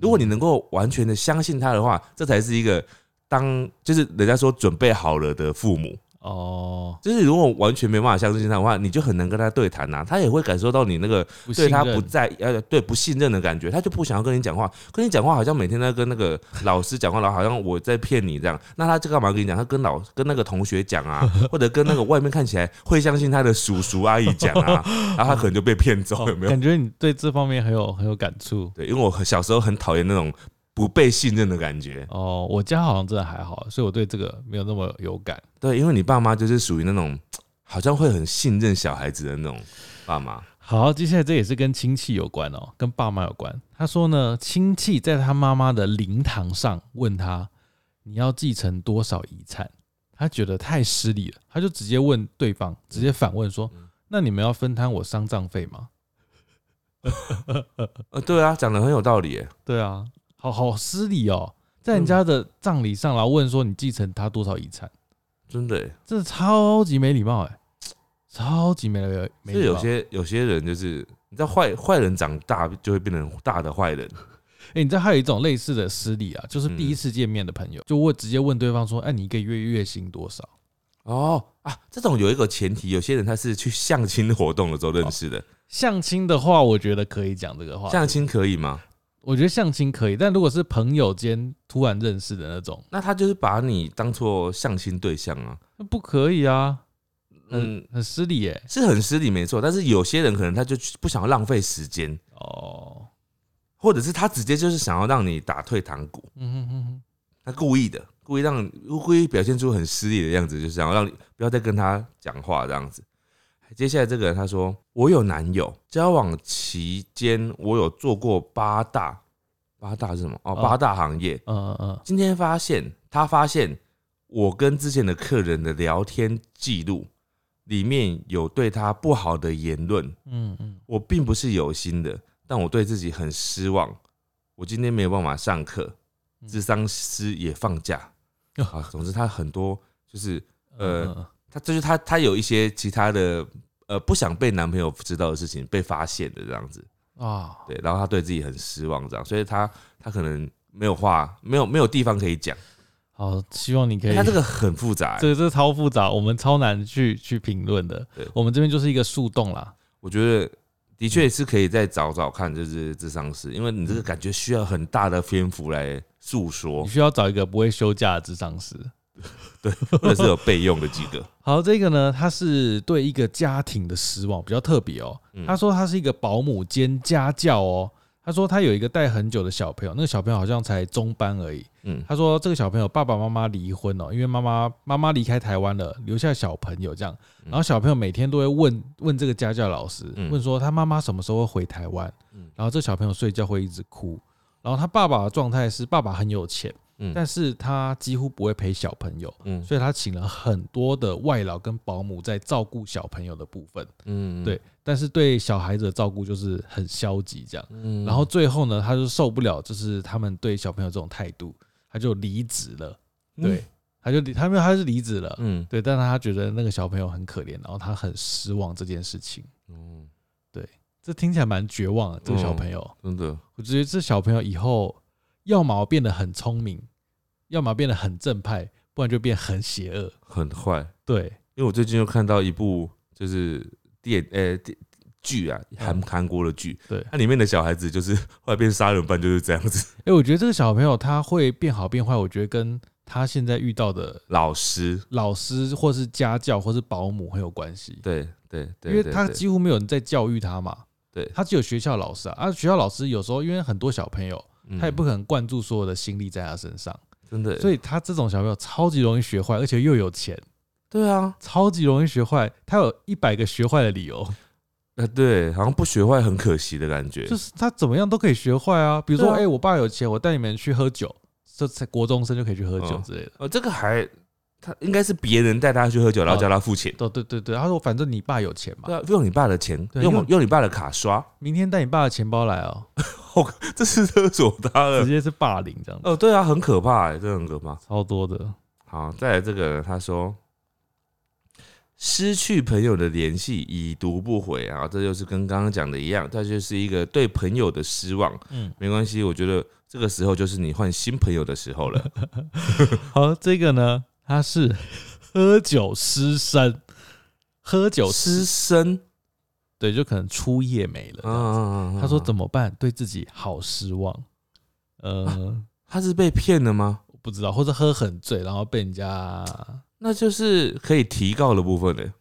B: 如果你能够完全的相信他的话，这才是一个当就是人家说准备好了的父母。
A: 哦，
B: 就是如果完全没办法相信他的话，你就很难跟他对谈呐、啊他也会感受到你那个
A: 不
B: 对
A: 信
B: 他
A: 任
B: 不在呃对不信任的感觉，他就不想要跟你讲话，跟你讲话好像每天在跟 那个老师讲话，然后好像我在骗你这样。那他这干嘛跟你讲？他跟老跟那个同学讲啊，或者跟那个外面看起来会相信他的叔叔阿姨讲啊，然后他可能就被骗走，
A: 哦
B: 有没有？
A: 感觉你对这方面很有很有感触。
B: 对，因为我很小时候很讨厌那种不被信任的感觉。
A: 哦，我家好像真的还好，所以我对这个没有那么有感。
B: 对，因为你爸妈就是属于那种好像会很信任小孩子的那种爸妈。
A: 好，接下来这也是跟亲戚有关哦，跟爸妈有关。他说呢，亲戚在他妈妈的灵堂上问他，你要继承多少遗产？他觉得太失礼了，他就直接问对方，直接反问说，那你们要分摊我丧葬费吗？
B: 呃，对啊，讲的很有道理耶。
A: 对啊，好好失礼哦，在人家的葬礼上，然后问说你继承他多少遗产，
B: 真的耶，
A: 这超级没礼貌哎、超级没礼没
B: 就
A: 礼
B: 有
A: 貌。
B: 些有些人就是，你知道坏坏人长大就会变成大的坏人，
A: 哎、你知道还有一种类似的失礼啊，就是第一
B: 嗯
A: 次见面的朋友，就问直接问对方说：“哎、你一个月月薪多少
B: 哦啊，这种有一个前提，有些人他是去相亲活动的时候认识的，？”
A: 相亲的话，我觉得可以讲这个话。
B: 相亲可以吗？
A: 我觉得相亲可以，但如果是朋友间突然认识的那种，
B: 那他就是把你当做相亲对象啊，
A: 那不可以啊，
B: 嗯
A: 很，很失礼耶、
B: 是很失礼没错，但是有些人可能他就不想要浪费时间，
A: 哦，
B: 或者是他直接就是想要让你打退堂鼓，
A: 嗯哼哼哼，
B: 他故意的，故意让你故意表现出很失利的样子，就是想要让你不要再跟他讲话这样子。接下来这个人他说：“我有男友，交往期间我有做过八大，八大是什么？哦，
A: 哦
B: 八大行业。
A: 嗯嗯
B: 今天发现，他发现我跟之前的客人的聊天记录里面有对他不好的言论，
A: 嗯嗯
B: 我并不是有心的，但我对自己很失望。我今天没有办法上课，
A: 嗯哦
B: 智商师也放假啊。总之，他很多就是呃
A: 嗯嗯
B: 他，就是他，他有一些其他的呃不想被男朋友知道的事情被发现的这样子。
A: 嗯啊，
B: 对，然后他对自己很失望，这样，所以他他可能没有话，没有没有地方可以讲。
A: 好，希望你可以。
B: 哎他这个很复杂、
A: 这个这个超复杂，我们超难去去评论的
B: 对。
A: 我们这边就是一个树洞啦，
B: 我觉得的确是可以再找找看，就是智商师，因为你这个感觉需要很大的篇幅来诉说
A: 你，需要找一个不会休假的智商师。
B: 或者是有备用的几个。
A: 好，这个呢，他是对一个家庭的失望，比较特别哦。
B: 嗯
A: 他说他是一个保姆兼家教哦。他说他有一个带很久的小朋友，那个小朋友好像才中班而已。
B: 嗯
A: 他说这个小朋友爸爸妈妈离婚哦，因为妈妈妈妈离开台湾了，留下小朋友这样。然后小朋友每天都会问问这个家教老师，
B: 嗯
A: 问说他妈妈什么时候会回台湾
B: 嗯。
A: 然后这小朋友睡觉会一直哭。然后他爸爸的状态是爸爸很有钱，
B: 嗯
A: 但是他几乎不会陪小朋友。
B: 嗯
A: 所以他请了很多的外劳跟保姆在照顾小朋友的部分，
B: 嗯，
A: 对，但是对小孩子的照顾就是很消极这样。
B: 嗯
A: 然后最后呢，他就受不了，就是他们对小朋友这种态度，他就离职了。对，，他就离，他没有，他是离职了。
B: 嗯
A: 对，但是他觉得那个小朋友很可怜，然后他很失望这件事情，
B: 嗯，
A: 这听起来蛮绝望的。这个小朋友，
B: 真的，
A: 我觉得这小朋友以后要么变得很聪明，要么变得很正派，不然就变很邪恶。
B: 很坏。
A: 对，
B: 因为我最近又看到一部就是电呃电剧啊，韩韩国的剧，
A: 嗯对
B: 它里面的小孩子就是后来变杀人犯就是这样子。
A: 哎、我觉得这个小朋友他会变好变坏，我觉得跟他现在遇到的
B: 老师，
A: 老师或是家教或是保姆很有关系，
B: 对对对，
A: 因为
B: 对
A: 他
B: 对
A: 几乎没有人在教育他嘛，
B: 对
A: 他只有学校老师啊，啊，学校老师有时候因为很多小朋友，
B: 嗯
A: 他也不可能灌注所有的心力在他身上，
B: 真的，
A: 所以他这种小朋友超级容易学坏，而且又有钱，
B: 对啊，
A: 超级容易学坏，他有一百个学坏的理由，
B: 啊对，好像不学坏很可惜的感觉，
A: 就是他怎么样都可以学坏啊，比如说，
B: 对啊
A: 哎、我爸有钱，我带你们去喝酒，这才国中生就可以去喝酒
B: 嗯
A: 之类的。
B: 呃，这个还他应该是别人带他去喝
A: 啊
B: 酒，然后叫他付钱。
A: 哦对对对对，他说反正你爸有钱嘛
B: 对，啊，用你爸的钱，
A: 对
B: 用
A: 用
B: 用你爸的卡刷，
A: 明天带你爸的钱包来哦，
B: 这是勒索他
A: 直
B: 了。
A: 接是霸凌这样子，
B: 哦，啊对啊，很可怕、欸，真的很可怕。
A: 超多的。
B: 好，再来这个人，他说失去朋友的联系，已读不回啊，这就是跟刚刚讲的一样，这就是一个对朋友的失望。
A: 嗯，
B: 没关系，我觉得这个时候就是你换新朋友的时候了。
A: 好，这个呢，他是喝酒失身，喝酒
B: 失
A: 失
B: 身，
A: 对，就可能初夜没了这样子。
B: 嗯，
A: 他说
B: 么？
A: 怎么办？对自己好失望。呃，
B: 他是被骗了吗？
A: 我不知道，或者喝很醉，然后被人家
B: 那就是可以提告的部分了。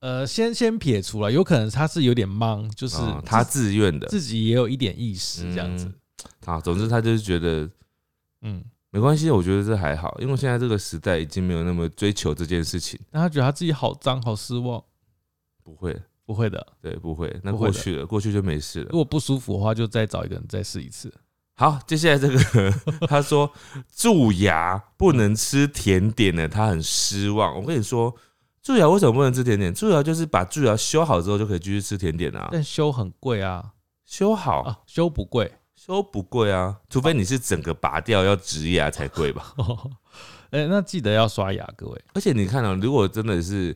A: 呃，先先撇除了，有可能他是有点懵，就是
B: 啊他
A: 自
B: 自愿的
A: 自己也有一点意识这样子
B: 嗯。啊，总之他就是觉得
A: 嗯，
B: 没关系，我觉得这还好，因为现在这个时代已经没有那么追求这件事情，
A: 但他觉得他自己好脏，好失望。
B: 不会，
A: 不会的，
B: 对，不会，那
A: 不会的
B: 过去了，过去就没事了
A: 如。果不舒服的话，就再找一个人再试一次。
B: 好，接下来这个 他说蛀牙不能吃甜点呢，他很失望。我跟你说，蛀牙为什么不能吃甜点？蛀牙就是把蛀牙修好之后就可以继续吃甜点啊，
A: 但修很贵啊，
B: 修好
A: 啊，修不贵。
B: 修不贵啊，除非你是整个拔掉要植牙才贵吧。
A: 哎、那记得要刷牙，各位。
B: 而且你看啊，如果真的是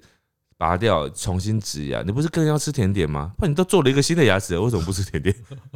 B: 拔掉重新植牙，你不是更要吃甜点吗？不，然你都做了一个新的牙齿了，为什么不吃甜点？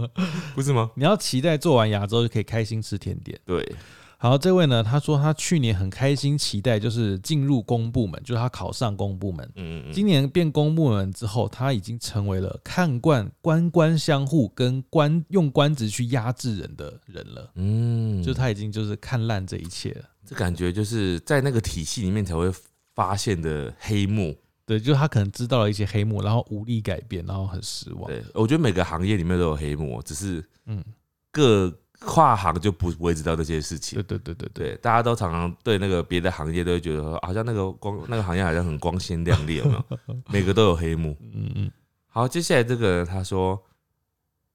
B: 不是吗？
A: 你要期待做完牙之后就可以开心吃甜点。
B: 对，
A: 好，这位呢，他说他去年很开心，期待就是进入公部门，就是他考上公部门。
B: 嗯嗯
A: 今年变公部门之后，他已经成为了看惯官官相护跟官用官职去压制人的人了，
B: 嗯，
A: 就
B: 就
A: 他已经就是看烂这一切了。
B: 这感觉就是在那个体系里面才会发现的黑幕。
A: 对，就是他可能知道了一些黑幕，然后无力改变，然后很失望。
B: 对，我觉得每个行业里面都有黑幕，哦只是
A: 嗯，
B: 各跨行就不不会知道这些事情
A: 对。对对对对，
B: 对，大家都常常对那个别的行业都会觉得说，好像那个光那个行业好像很光鲜亮丽，有没有？ 每个都有黑幕。
A: 嗯嗯，
B: 好，接下来这个人他说，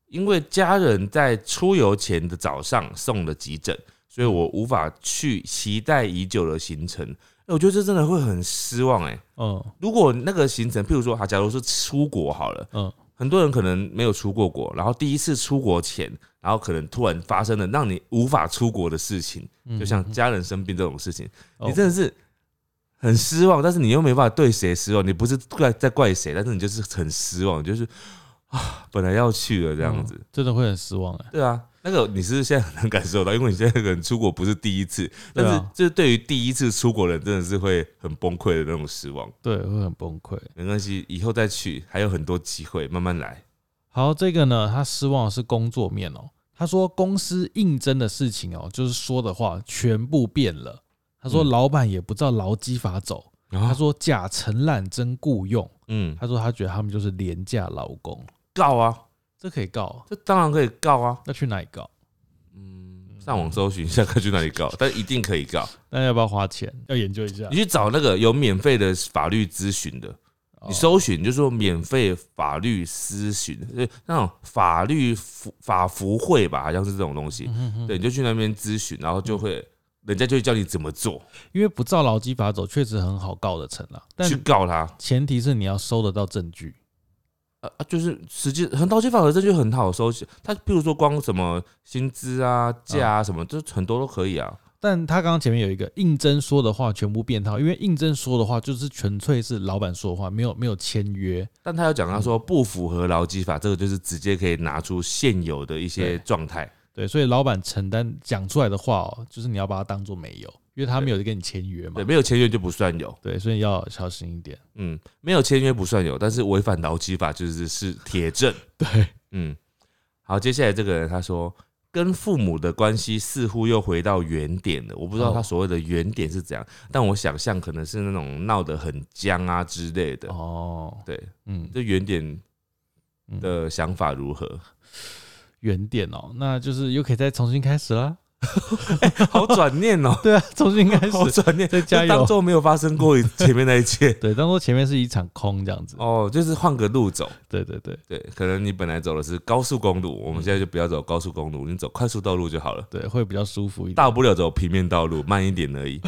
B: 因为家人在出游前的早上送了急诊，所以我无法去期待已久的行程。欸我觉得这真的会很失望哎、
A: 嗯
B: 如果那个行程，譬如说，好，假如说出国好了，
A: 嗯，
B: 很多人可能没有出过国，然后第一次出国前，然后可能突然发生了让你无法出国的事情，
A: 嗯
B: 就像家人生病这种事情，
A: 哦
B: 你真的是很失望，但是你又没办法对谁失望，你不是怪在怪谁，但是你就是很失望，就是啊，本来要去了这样子，
A: 嗯真的会很失望哎。
B: 对啊。那个你是不是现在很难感受到，因为你现在可能出国不是第一次，
A: 对
B: 但
A: 啊
B: 是就是对于第一次出国的人真的是会很崩溃的那种失望。
A: 对，会很崩溃。
B: 没关系，以后再去还有很多机会，慢慢来。
A: 好，这个呢，他失望的是工作面哦。他说公司应征的事情哦，就是说的话全部变了。他说
B: 嗯
A: 老板也不照劳基法走。
B: 然
A: 他说假承揽真雇佣。
B: 啊嗯，
A: 他说他觉得他们就是廉价劳工，
B: 告啊，
A: 这可以告啊，
B: 这当然可以告啊。
A: 那去哪里告？
B: 嗯，上网搜寻一下，看去哪里告，但一定可以 告。
A: 那要不要花钱？要研究一下
B: 你。去找那个有免费的法律咨询的，你
A: 哦
B: 搜寻就说免费法律咨询，就是那种法律服法服会吧，好像是这种东西。
A: 嗯哼哼
B: 对，你就去那边咨询，然后就会人家就会教你怎么做，
A: 因为不照劳基法走，确实很好告得成啦。但
B: 去告他。
A: 前提是你要收得到证据。
B: 呃，啊就是实际很刀切法的这就很好收集，他譬如说光什么薪资啊、价啊什么，这很多都可以啊。
A: 但他刚刚前面有一个应征说的话全部变套，因为应征说的话就是纯粹是老板说的话，没有没有签约。
B: 但他有讲到说不符合劳基法，这个就是直接可以拿出现有的一些状态。
A: 对，所以老板承担讲出来的话哦，就是你要把它当做没有，因为他没有跟你签约嘛
B: 对，。没有签约就不算有，
A: 对，所以要小心一点。
B: 嗯，没有签约不算有，但是违反劳基法就是是铁证。
A: 对，
B: 嗯，好，接下来这个人他说，跟父母的关系似乎又回到原点了。我不知道他
A: 哦
B: 所谓的原点是怎样，但我想象可能是那种闹得很僵啊之类的。
A: 哦，
B: 对，
A: 嗯，
B: 这原点
A: 嗯
B: 的想法如何？
A: 原点哦，那就是又可以再重新开始 啦。
B: 好转念哦、
A: 对啊，重新 开
B: 好
A: 始，
B: 转念，
A: 再加
B: 就当
A: 油。。
B: 做没有发生过前面那一切
A: 对，当做前面是一场空这样子。
B: 哦，就是换个路走。
A: 对对对
B: 对，可能你本来走的是高速公路，我们现在就不要走高速公路，你走快速道路就好了。
A: 对，会比较舒服一点。
B: 大不了走平面道路，慢一点而已。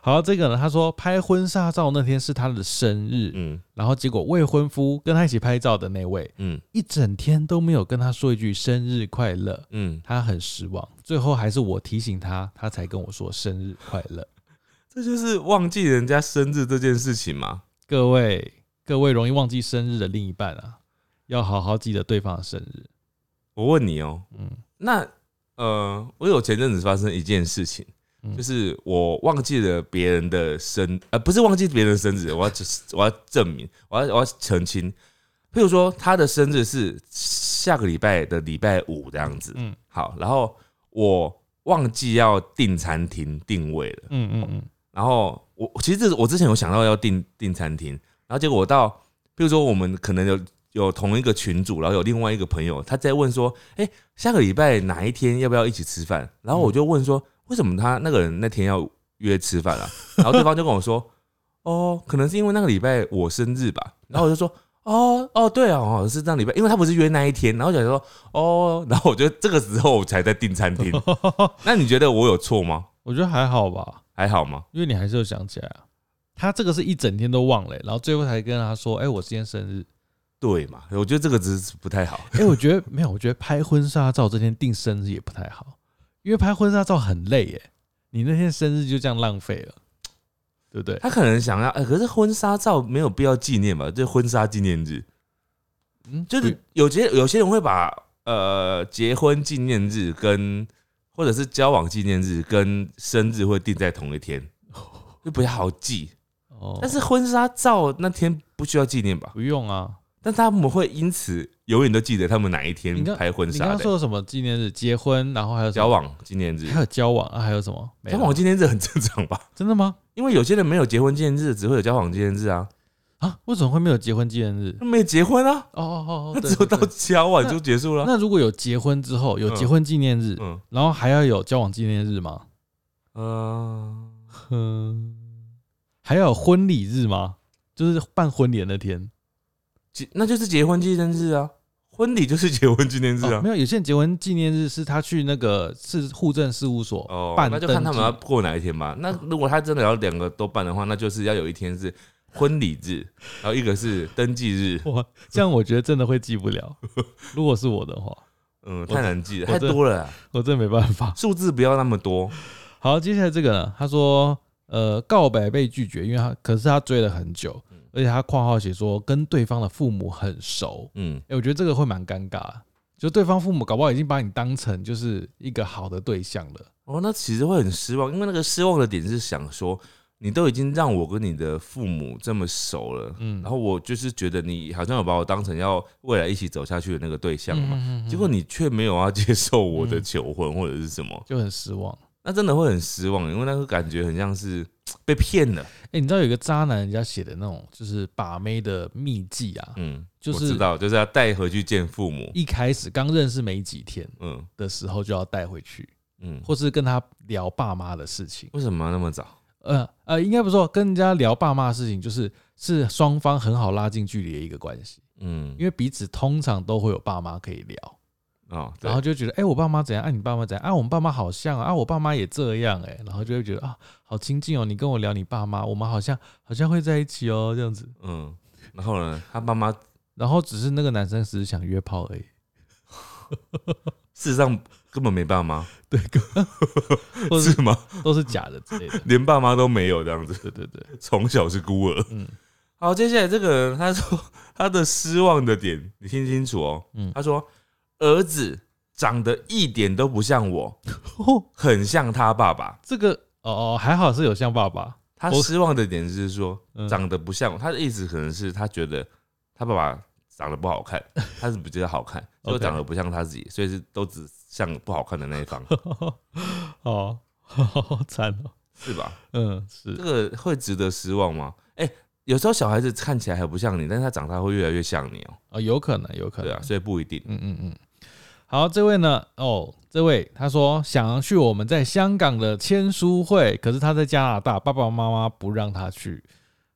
A: 好，这个呢，他说拍婚纱照那天是他的生日，
B: 嗯
A: 然后结果未婚夫跟他一起拍照的那位，
B: 嗯
A: 一整天都没有跟他说一句生日快乐，
B: 嗯，
A: 他很失望。最后还是我提醒他，他才跟我说生日快乐。
B: 这就是忘记人家生日这件事情嘛。
A: 各位，各位容易忘记生日的另一半啊，要好好记得对方的生日。
B: 我问你哦、
A: 嗯
B: 那呃，我有前阵子发生一件事情，
A: 嗯
B: 就是我忘记了别人的生，呃，不是忘记别人的生日，我要 我要证明，我要我要澄清。譬如说，他的生日是下个礼拜的礼拜五这样子，
A: 嗯
B: 好，然后我忘记要订餐厅定位了，
A: 嗯嗯嗯，
B: 然后我其实这是我之前有想到要订订餐厅，然后结果我到，比如说我们可能有有同一个群组，然后有另外一个朋友他在问说，哎、下个礼拜哪一天要不要一起吃饭？然后我就问说，为什么他那个人那天要约吃饭啊？ 然后对方就跟我说，哦，可能是因为那个礼拜我生日吧。然后我就说。哦哦，对哦，哦是这样礼拜，因为他不是约那一天，然后我想说哦，然后我觉得这个时候我才在订餐厅。那你觉得我有错吗？
A: 我觉得还好吧，
B: 还好吗？
A: 因为你还是有想起来啊。他这个是一整天都忘了、然后最后才跟他说：“哎、我今天生日。
B: 对嘛？我觉得这个只是不太好。
A: 哎、我觉得没有，我觉得拍婚纱照这天定生日也不太好，因为拍婚纱照很累耶、你那天生日就这样浪费了，对不对？
B: 他可能想要，哎、可是婚纱照没有必要纪念吧？就婚纱纪念日，
A: 嗯，
B: 就是有些有些人会把呃结婚纪念日跟或者是交往纪念日跟生日会定在同 一天，就比较好记。
A: 哦，
B: 但是婚纱照那天不需要纪念吧？
A: 不用啊。
B: 但他们会因此永远都记得他们哪一天
A: 你刚
B: 拍婚
A: 你
B: 纱
A: 刚刚
B: 的
A: 说什么纪念日？结婚，然后还有什么
B: 交，往纪念日
A: 还。有交往啊，还有什么？没
B: 交
A: 了
B: 往纪念日很正常吧？
A: 真的吗？
B: 因为有些人没有结婚纪念日，只会有交往纪念日啊。
A: 啊？为什么会没有结婚纪念日？
B: 他没结婚啊，
A: 哦哦哦
B: 他
A: 哦，对
B: 只有到
A: 对对
B: 交往就结束了。
A: 那如果有结婚之后有结婚纪念日，
B: 嗯
A: 然后还要有交往纪念日吗？
B: 呃，
A: 嗯，还要有婚礼日吗？就是办婚礼的那天。
B: 结那就是结婚纪念日啊，婚礼就是结婚纪念日
A: 哦
B: 啊
A: 没。有，有些人结婚纪念日是他去那个是户政事务所
B: 哦，
A: 办
B: 那
A: 登记，
B: 就看他们要过哪一天吧。那如果他真的要两个都办的话，那就是要有一天是婚礼日，然后一个是登记日。
A: 哇，这样我觉得真的会记不 了。如果是我的话，
B: 嗯，太难记了，
A: 我
B: 太
A: 真
B: 多了啊，
A: 我真没办法。
B: 数字不要那么多。
A: 好，接下来这个呢，他说，呃，告白被拒绝，因为他可是他追了很久，
B: 嗯
A: 而且他括号写说跟对方的父母很熟，
B: 嗯，
A: 哎、我觉得这个会蛮尴尬的，就对方父母搞不好已经把你当成就是一个好的对象了，
B: 哦，那其实会很失望，因为那个失望的点是想说，你都已经让我跟你的父母这么熟了，
A: 嗯，
B: 然后我就是觉得你好像有把我当成要未来一起走下去的那个对象嘛，
A: 嗯嗯嗯嗯嗯
B: 结果你却没有要接受我的求婚或者是什么，
A: 就很失望。
B: 那真的会很失望，因为那个感觉很像是被骗了。
A: 哎、你知道有一个渣男人家写的那种就是把妹的秘籍啊，
B: 嗯，
A: 就
B: 我
A: 是
B: 知道，就是要带回去见父母。
A: 一开始刚认识没几天
B: 嗯
A: 的时候就要带回去，
B: 嗯，
A: 或是跟他聊爸妈的事情。
B: 为什么要那么早？
A: 呃呃，应该不是说跟人家聊爸妈的事情，就是是双方很好拉近距离的一个关系，
B: 嗯，
A: 因为彼此通常都会有爸妈可以聊，
B: 哦，对
A: 然后就觉得，哎、我爸妈怎样，啊，你爸妈怎样，啊，我们爸妈好像啊，啊我爸妈也这样、哎，然后就会觉得啊，好亲近哦，你跟我聊你爸妈，我们好像好像会在一起哦，这样子，
B: 嗯，然后呢，他爸妈
A: 然后只是那个男生只是想约炮而已，
B: 事实上根本没爸妈，
A: 对，或者
B: 是
A: 是
B: 吗？
A: 都是假的之类的，
B: 连爸妈都没有这样子，
A: 对对对，
B: 从小是孤儿。
A: 嗯
B: 好，接下来这个人他说 他的失望的点，你听清楚哦。
A: 嗯
B: 他说儿子长得一点都不像我，
A: 哦，
B: 很像他爸爸。
A: 这个哦哦，还好是有像爸爸，
B: 他
A: 我
B: 失望的点是说
A: 嗯
B: 长得不像我，他的意思可能是他觉得他爸爸长得不 好看，他是比较好看，所以
A: OK
B: 长得不像他自己，所以是都只像不好看的 那一方，
A: 哦， 好惨哦，
B: 是吧？
A: 嗯，是
B: 这。个会值得失望吗？哎、有时候小孩子看起来还不像你，但是他长大会越来越像你哦、
A: 啊、有可能，有可能。
B: 对啊，所以不一定。
A: 嗯嗯嗯。好，这位呢？哦，这位他说想要去我们在香港的签书会，可是他在加拿大，爸爸妈妈不让他去。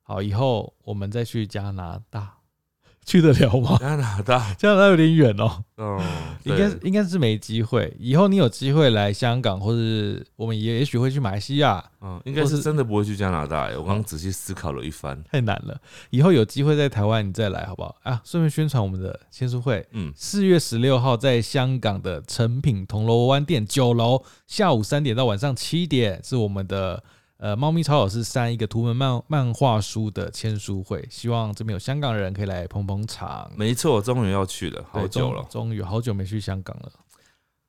A: 好，以后我们再去加拿大， 去得了吗？
B: 加拿大，
A: 加拿大有点远哦，
B: 哦，
A: 应该
B: 对
A: 应该是没机会。以后你有机会来香港，或是我们也也许会去马来西亚，
B: 嗯，应该
A: 或
B: 是
A: 是
B: 真的不会去加拿大、哎我刚刚仔细思考了一番，
A: 太难了。以后有机会在台湾你再来好不好？啊，顺便宣传我们的签书会，
B: 嗯，
A: 四月十六号在香港的诚品铜锣湾店九楼，下午三点到晚上七点是我们的呃《猫咪草老师三》一个图文漫漫画书的签书会，希望这边有香港人可以来捧捧场。
B: 没错，终于要去了，好
A: 对
B: 久
A: 终
B: 了。
A: 终于好久没去香港了。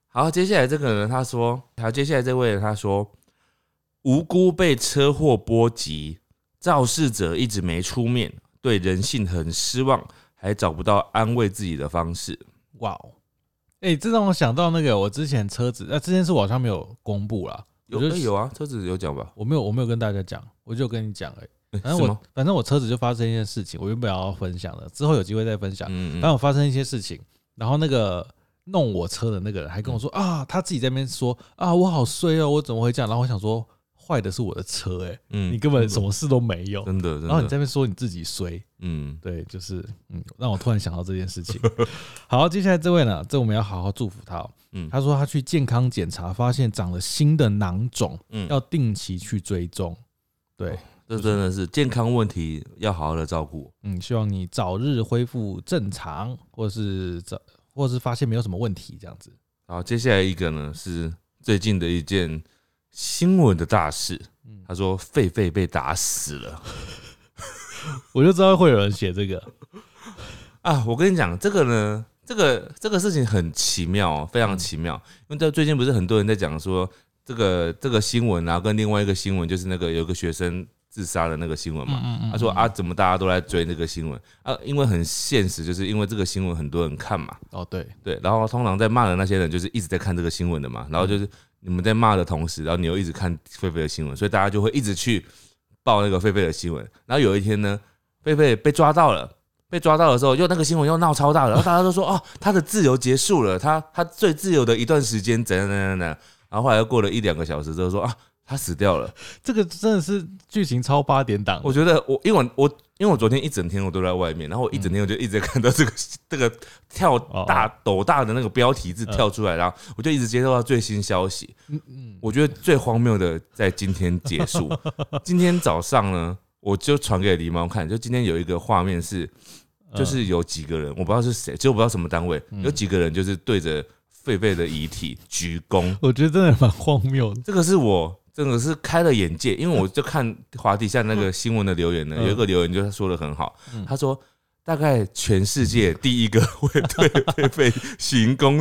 B: 好，接下来这个人他说，好，接下来这位人他说，无辜被车祸波及，肇事者一直没出面，对人性很失望，还找不到安慰自己的方式。
A: 哇哦！哎、这让我想到那个我之前车子，那、呃这件事我好像没有公布啦，
B: 有、
A: 我就
B: 哎有啊，车子有讲吧？
A: 我没有我没有跟大家讲，我就跟你讲而已。
B: 哎
A: 反正
B: 是
A: 我
B: 吗
A: 反正我车子就发生一件事情，我原本要分享的，之后有机会再分享。啊
B: 嗯
A: 反正我发生一些事情，然后那个弄我车的那个人还跟我说、
B: 嗯
A: 啊，他自己在那边说啊，我好衰哦，我怎么会这样？然后我想说，坏的是我的车、欸，
B: 嗯
A: 你根本什么事都没有。
B: 真的，真的
A: 然后你在那边说你自己衰，
B: 嗯
A: 对，就是嗯，让我突然想到这件事情。 好，接下来这位呢，这我们要好好祝福他、哦。
B: 嗯
A: 他说他去健康检查，发现长了新的囊肿，
B: 嗯
A: 要定期去追踪。对，
B: 这真的是健康问题，要好好的照顾。
A: 嗯，希望你早日恢复正常，或是早，或是发现没有什么问题这样子。
B: 好，接下来一个呢是最近的一件新闻的大事。
A: 嗯
B: 他说狒狒被打死了
A: 我就知道会有人写这个。
B: 啊！我跟你讲，这个呢，这个这个事情很奇妙、哦，非常奇妙。因为在最近不是很多人在讲说这个这个新闻啊，跟另外一个新闻就是那个有个学生自杀的那个新闻嘛。
A: 嗯
B: 他说啊，，怎么大家都在追那个新闻啊？因为很现实，就是因为这个新闻很多人看嘛。
A: 哦对，
B: 对，然后通常在骂的那些人就是一直在看这个新闻的嘛，然后就是你们在骂的同时，然后你又一直看狒狒的新闻，所以大家就会一直去报那个狒狒的新闻。然后有一天呢，狒狒狒被抓到了。被抓到的时候，又那个新闻又闹超大的，然后大家都说哦，他的自由结束了，他他最自由的一段时间怎样怎样怎样，然后后来又过了一两个小时之后说啊，他死掉了。
A: 这个真的是剧情超八点档，
B: 我觉得我因为我我因为我昨天一整天我都在外面，然后我一整天我就一直在看到这个、 这个跳
A: 嗯哦
B: 大斗大的那个标题字跳出来，然后我就一直接收到最新消息。
A: 嗯嗯，
B: 我觉得最荒谬的在今天结 束。今天早上呢，我就传给狸猫看，就今天有一个画面是，
A: 嗯呃
B: 就是有几个人，我不知道是谁，就我不知道什么单位，有几个人就是对着狒狒的遗体鞠躬。
A: 我觉得真的蛮荒谬的。
B: 这个是我真的是开了眼界，因为我就看华底下那个新闻的留言呢，
A: 嗯
B: 有一个留言就说的很好，他说大概全世界第一个会对 狒狒行躬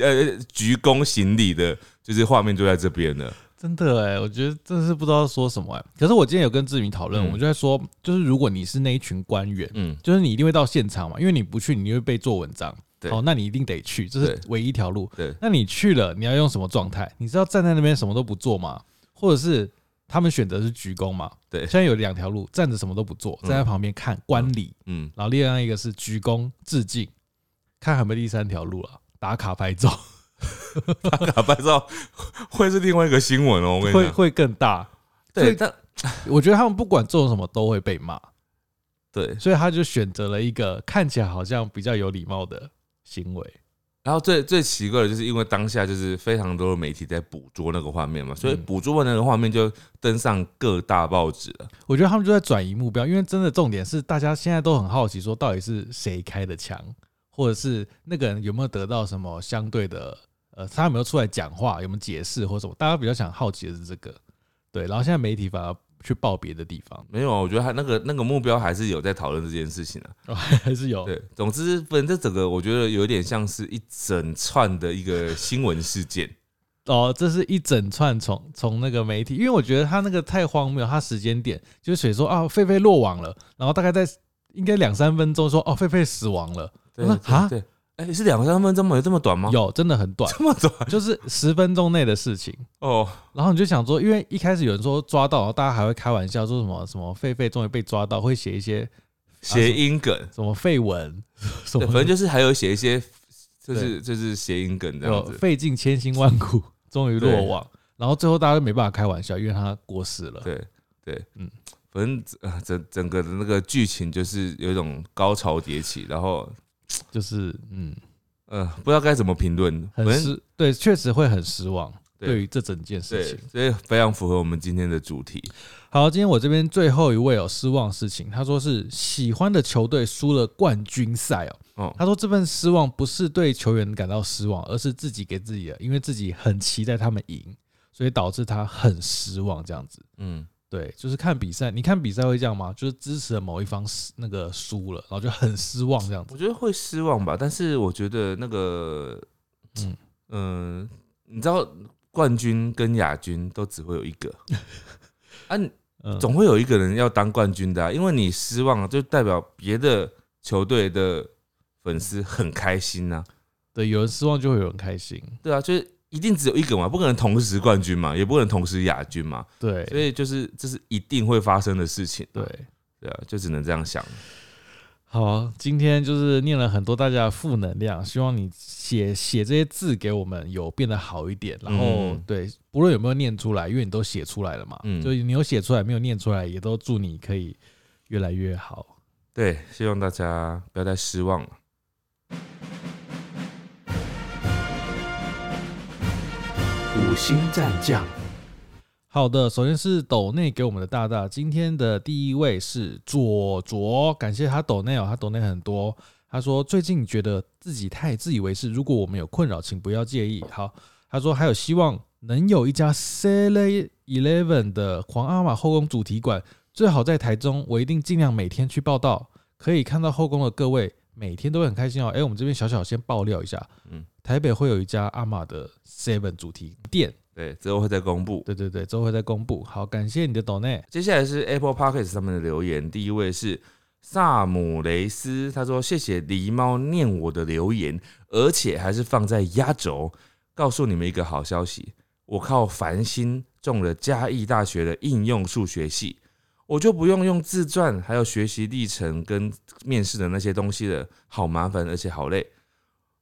B: 呃鞠躬行礼的，就是画面就在这边了。
A: 真的哎、我觉得真的是不知道说什么哎、可是我今天有跟志明讨论，
B: 嗯
A: 我们就在说，就是如果你是那一群官员，
B: 嗯，
A: 就是你一定会到现场嘛，因为你不去，你就会被做文章。
B: 对
A: 哦，那你一定得去，这是
B: 对
A: 唯一一条路。
B: 对
A: 那你去了，你要用什么状态？你是要站在那边什么都不做吗？或者是他们选择是鞠躬嘛？
B: 对
A: 现在有两条路，站着什么都不做，
B: 嗯
A: 站在旁边看观礼，
B: 嗯，
A: 然后另外一个是鞠躬致敬，看还有没有第三条路了、打卡拍照
B: 打拍照会是另外一个新闻哦，我跟
A: 会
B: 你讲。
A: 会更大。
B: 对，但
A: 我觉得他们不管做什么都会被骂，
B: 对，
A: 所以他就选择了一个看起来好像比较有礼貌的行为。
B: 然后最最奇怪的就是，因为当下就是非常多的媒体在捕捉那个画面嘛，所以
A: 嗯
B: 捕捉完那个画面就登上各大报纸了。
A: 我觉得他们就在转移目标，因为真的重点是大家现在都很好奇，说到底是谁开的枪，或者是那个人有没有得到什么相对的，呃，他有没有出来讲话，有没有解释或什么？大家比较想好奇的是这个，对。然后现在媒体反而去报别的地方，
B: 没有啊，我觉得他那个那个目标还是有在讨论这件事情啊。
A: 哦、还是有。
B: 对，总之，反正这整个我觉得有点像是一整串的一个新闻事 件。
A: 哦，这是一整串从从那个媒体，因为我觉得他那个太荒谬，他时间点就是谁说啊，狒狒落网了，然后大概在应该两三分钟说哦，狒狒死亡了，
B: 对
A: 啊哈
B: 对对，哎、是两三分钟吗？有这么短吗？
A: 有真的很短，
B: 这么短
A: 就是十分钟内的事情。
B: 哦，
A: 然后你就想说，因为一开始有人说抓到，然后大家还会开玩笑说什么什么狒狒终于被抓到，会写一些
B: 谐音梗，
A: 什么绯闻，什
B: 对，
A: 么
B: 反正就是还有写一些，就是就是谐音梗这样
A: 有
B: 子。
A: 费尽千辛万苦终于落
B: 对
A: 网，然后最后大家都没办法开玩笑，因为他过世了。
B: 对对，
A: 嗯
B: 嗯，反正呃整整个的那个剧情就是有一种高潮迭起，然后
A: 就是嗯，
B: 呃不知道该怎么评论，反
A: 很
B: 正
A: 失对，确实会很失望。
B: 对
A: 对于这整件事
B: 对
A: 情，，
B: 所以非常符合我们今天的主题。
A: 好，今天我这边最后一位有失望的事情，他说是喜欢的球队输了冠军赛哦。
B: 哦，
A: 他说这份失望不是对球员感到失望，而是自己给自己的，因为自己很期待他们赢，所以导致他很失望这样子。
B: 嗯。
A: 对，就是看比赛，你看比赛会这样吗？就是支持的某一方失那个输了，然后就很失望这样子。
B: 我觉得会失望吧，但是我觉得那个，
A: 嗯
B: 嗯嗯、你知道冠军跟亚军都只会有一 个啊，你
A: 嗯，
B: 总会有一个人要当冠军的、啊，因为你失望就代表别的球队的粉丝很开心呐、
A: 对，有人失望就会有人开心。
B: 对啊，就是一定只有一个嘛，不可能同时冠军嘛，也不可能同时亚军嘛，
A: 对，
B: 所以就是这是一定会发生的事情、啊，
A: 对。
B: 对啊，就只能这样想。
A: 好，今天就是念了很多大家的负能量，希望你写写这些字给我们有变得好一点。然后、
B: 嗯
A: 对，不论有没有念出来，因为你都写出来了嘛，
B: 嗯
A: 就是你有写出来，没有念出来，也都祝你可以越来越好。
B: 对，希望大家不要再失望了。
C: 五星战将，
A: 好的，首先是斗内给我们的大大，今天的第一位是左卓，感谢他斗内哦，他斗内很多。他说最近觉得自己太自以为是，如果我们有困扰，请不要介意。好，他说还有希望能有一家 Seven Eleven 的皇阿玛后宫主题馆，最好在台中，我一定尽量每天去报道，可以看到后宫的各位，每天都会很开心哦。哎、我们这边小小先爆料一下，嗯
B: 嗯，
A: 台北会有一家阿玛的 Seven 主题店，
B: 对，之后会再公布。
A: 对对对，之后会再公布。好，感谢你的抖内，
B: 接下来是 Apple Podcast 上面的留言，第一位是萨姆雷斯，他说：“谢谢狸猫念我的留言，而且还是放在压轴。告诉你们一个好消息，我靠繁星中了嘉义大学的应用数学系。我就不用用自传，还有学习历程跟面试的那些东西了，好麻烦，而且好累。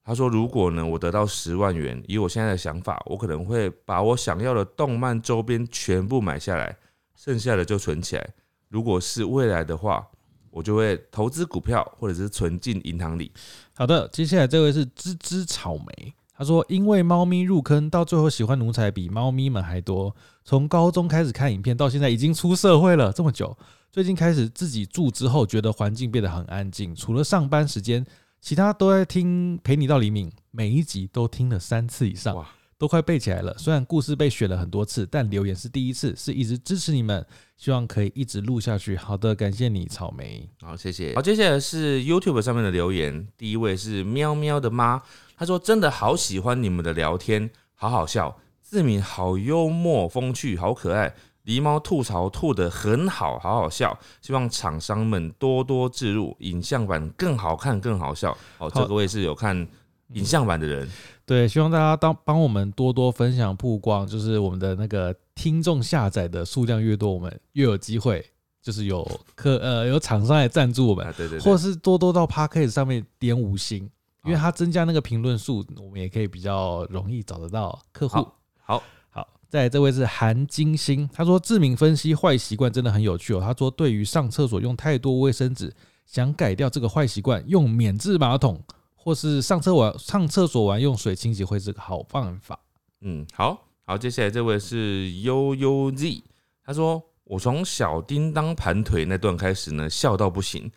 B: 他说：“如果呢，我得到十万元，以我现在的想法，我可能会把我想要的动漫周边全部买下来，剩下的就存起来。如果是未来的话，我就会投资股票，或者是存进银行里。
A: 好的，接下来这位是芝芝草莓，他说因为猫咪入坑，到最后喜欢奴才比猫咪们还多。从高中开始看影片，到现在已经出社会了这么久，最近开始自己住之后，觉得环境变得很安静，除了上班时间，其他都在听《陪你到黎明》，每一集都听了三次以上
B: 哇，
A: 都快背起来了。虽然故事被选了很多次，但留言是第一次，是一直支持你们，希望可以一直录下去。好的，感谢你，草莓。
B: 好，谢谢。好，接下来是 YouTube 上面的留言，第一位是喵喵的妈，她说真的好喜欢你们的聊天，好好笑，志敏好幽默风趣，好可爱。狸猫吐槽吐得很好，好好笑。希望厂商们多多置入影像版，更好看，更好笑。哦，这个我也是有看影像版的人，
A: 对，希望大家当帮我们多多分享曝光，就是我们的那个听众下载的数量越多，我们越有机会，就是有客呃有厂商来赞助我们，
B: 啊，对对对，
A: 或是多多到 p a c k a g e 上面点五星，因为它增加那个评论数，我们也可以比较容易找得到客户。
B: 好好，
A: 好，再来这位是韩金星，他说志明分析坏习惯真的很有趣哦。他说对于上厕所用太多卫生纸，想改掉这个坏习惯，用免治马桶或是上厕完上厕所完用水清洗会是个好办法。
B: 嗯，好好，接下来这位是悠悠 Z，他说我从小叮当盘腿那段开始呢，笑到不行，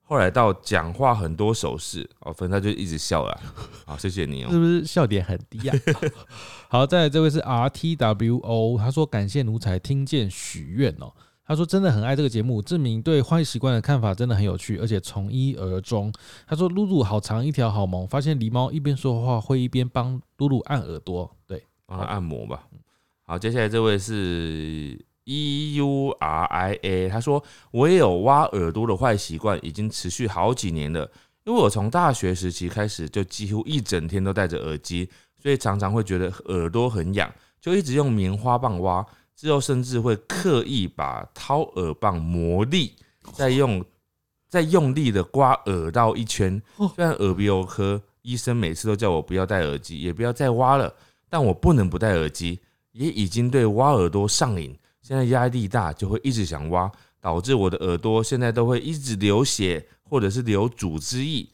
B: 后来到讲话很多手势，哦，反正他就一直笑了。好，谢谢你 哦、
A: 是不是笑点很低啊？好，再来这位是 R T W O，他说感谢奴才听见许愿哦。他说真的很爱这个节目，志明对坏习惯的看法真的很有趣，而且从一而终。他说露露好长一条好萌，发现狸猫一边说话会一边帮露露按耳朵。对，
B: 帮他按摩吧。好，接下来这位是 E U R I A，他说我也有挖耳朵的坏习惯，已经持续好几年了。因为我从大学时期开始就几乎一整天都戴着耳机，所以常常会觉得耳朵很痒，就一直用棉花棒挖。之后甚至会刻意把掏耳棒磨利，再用再用力的刮耳道一圈。虽然耳鼻喉科医生每次都叫我不要戴耳机，也不要再挖了，但我不能不戴耳机，也已经对挖耳朵上瘾。现在压力大，就会一直想挖，导致我的耳朵现在都会一直流血，或者是流组织液，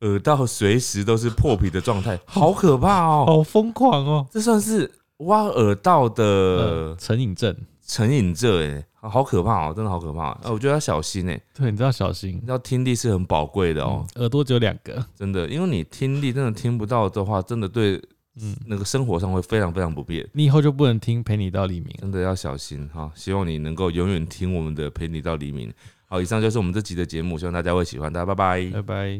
B: 耳道随时都是破皮的状态，好可怕哦！
A: 好疯狂哦！
B: 这算是挖耳道
A: 呃，
B: 的
A: 成瘾症，
B: 成瘾症哎、好好可怕哦、真的好可怕、哦。呃我觉得要小心哎、
A: 对，你知道小心
B: 你知道听力是很宝贵的哦、
A: 嗯耳朵只有两个，
B: 真的，因为你听力真的听不到的话，真的对
A: 嗯，
B: 那个生活上会非常非常不便，
A: 你以后就不能听陪你到黎明了。
B: 真的要小心哈、希望你能够永远听我们的《陪你到黎明》。好，以上就是我们这集的节目，希望大家会喜欢，大家拜拜。
A: 拜拜。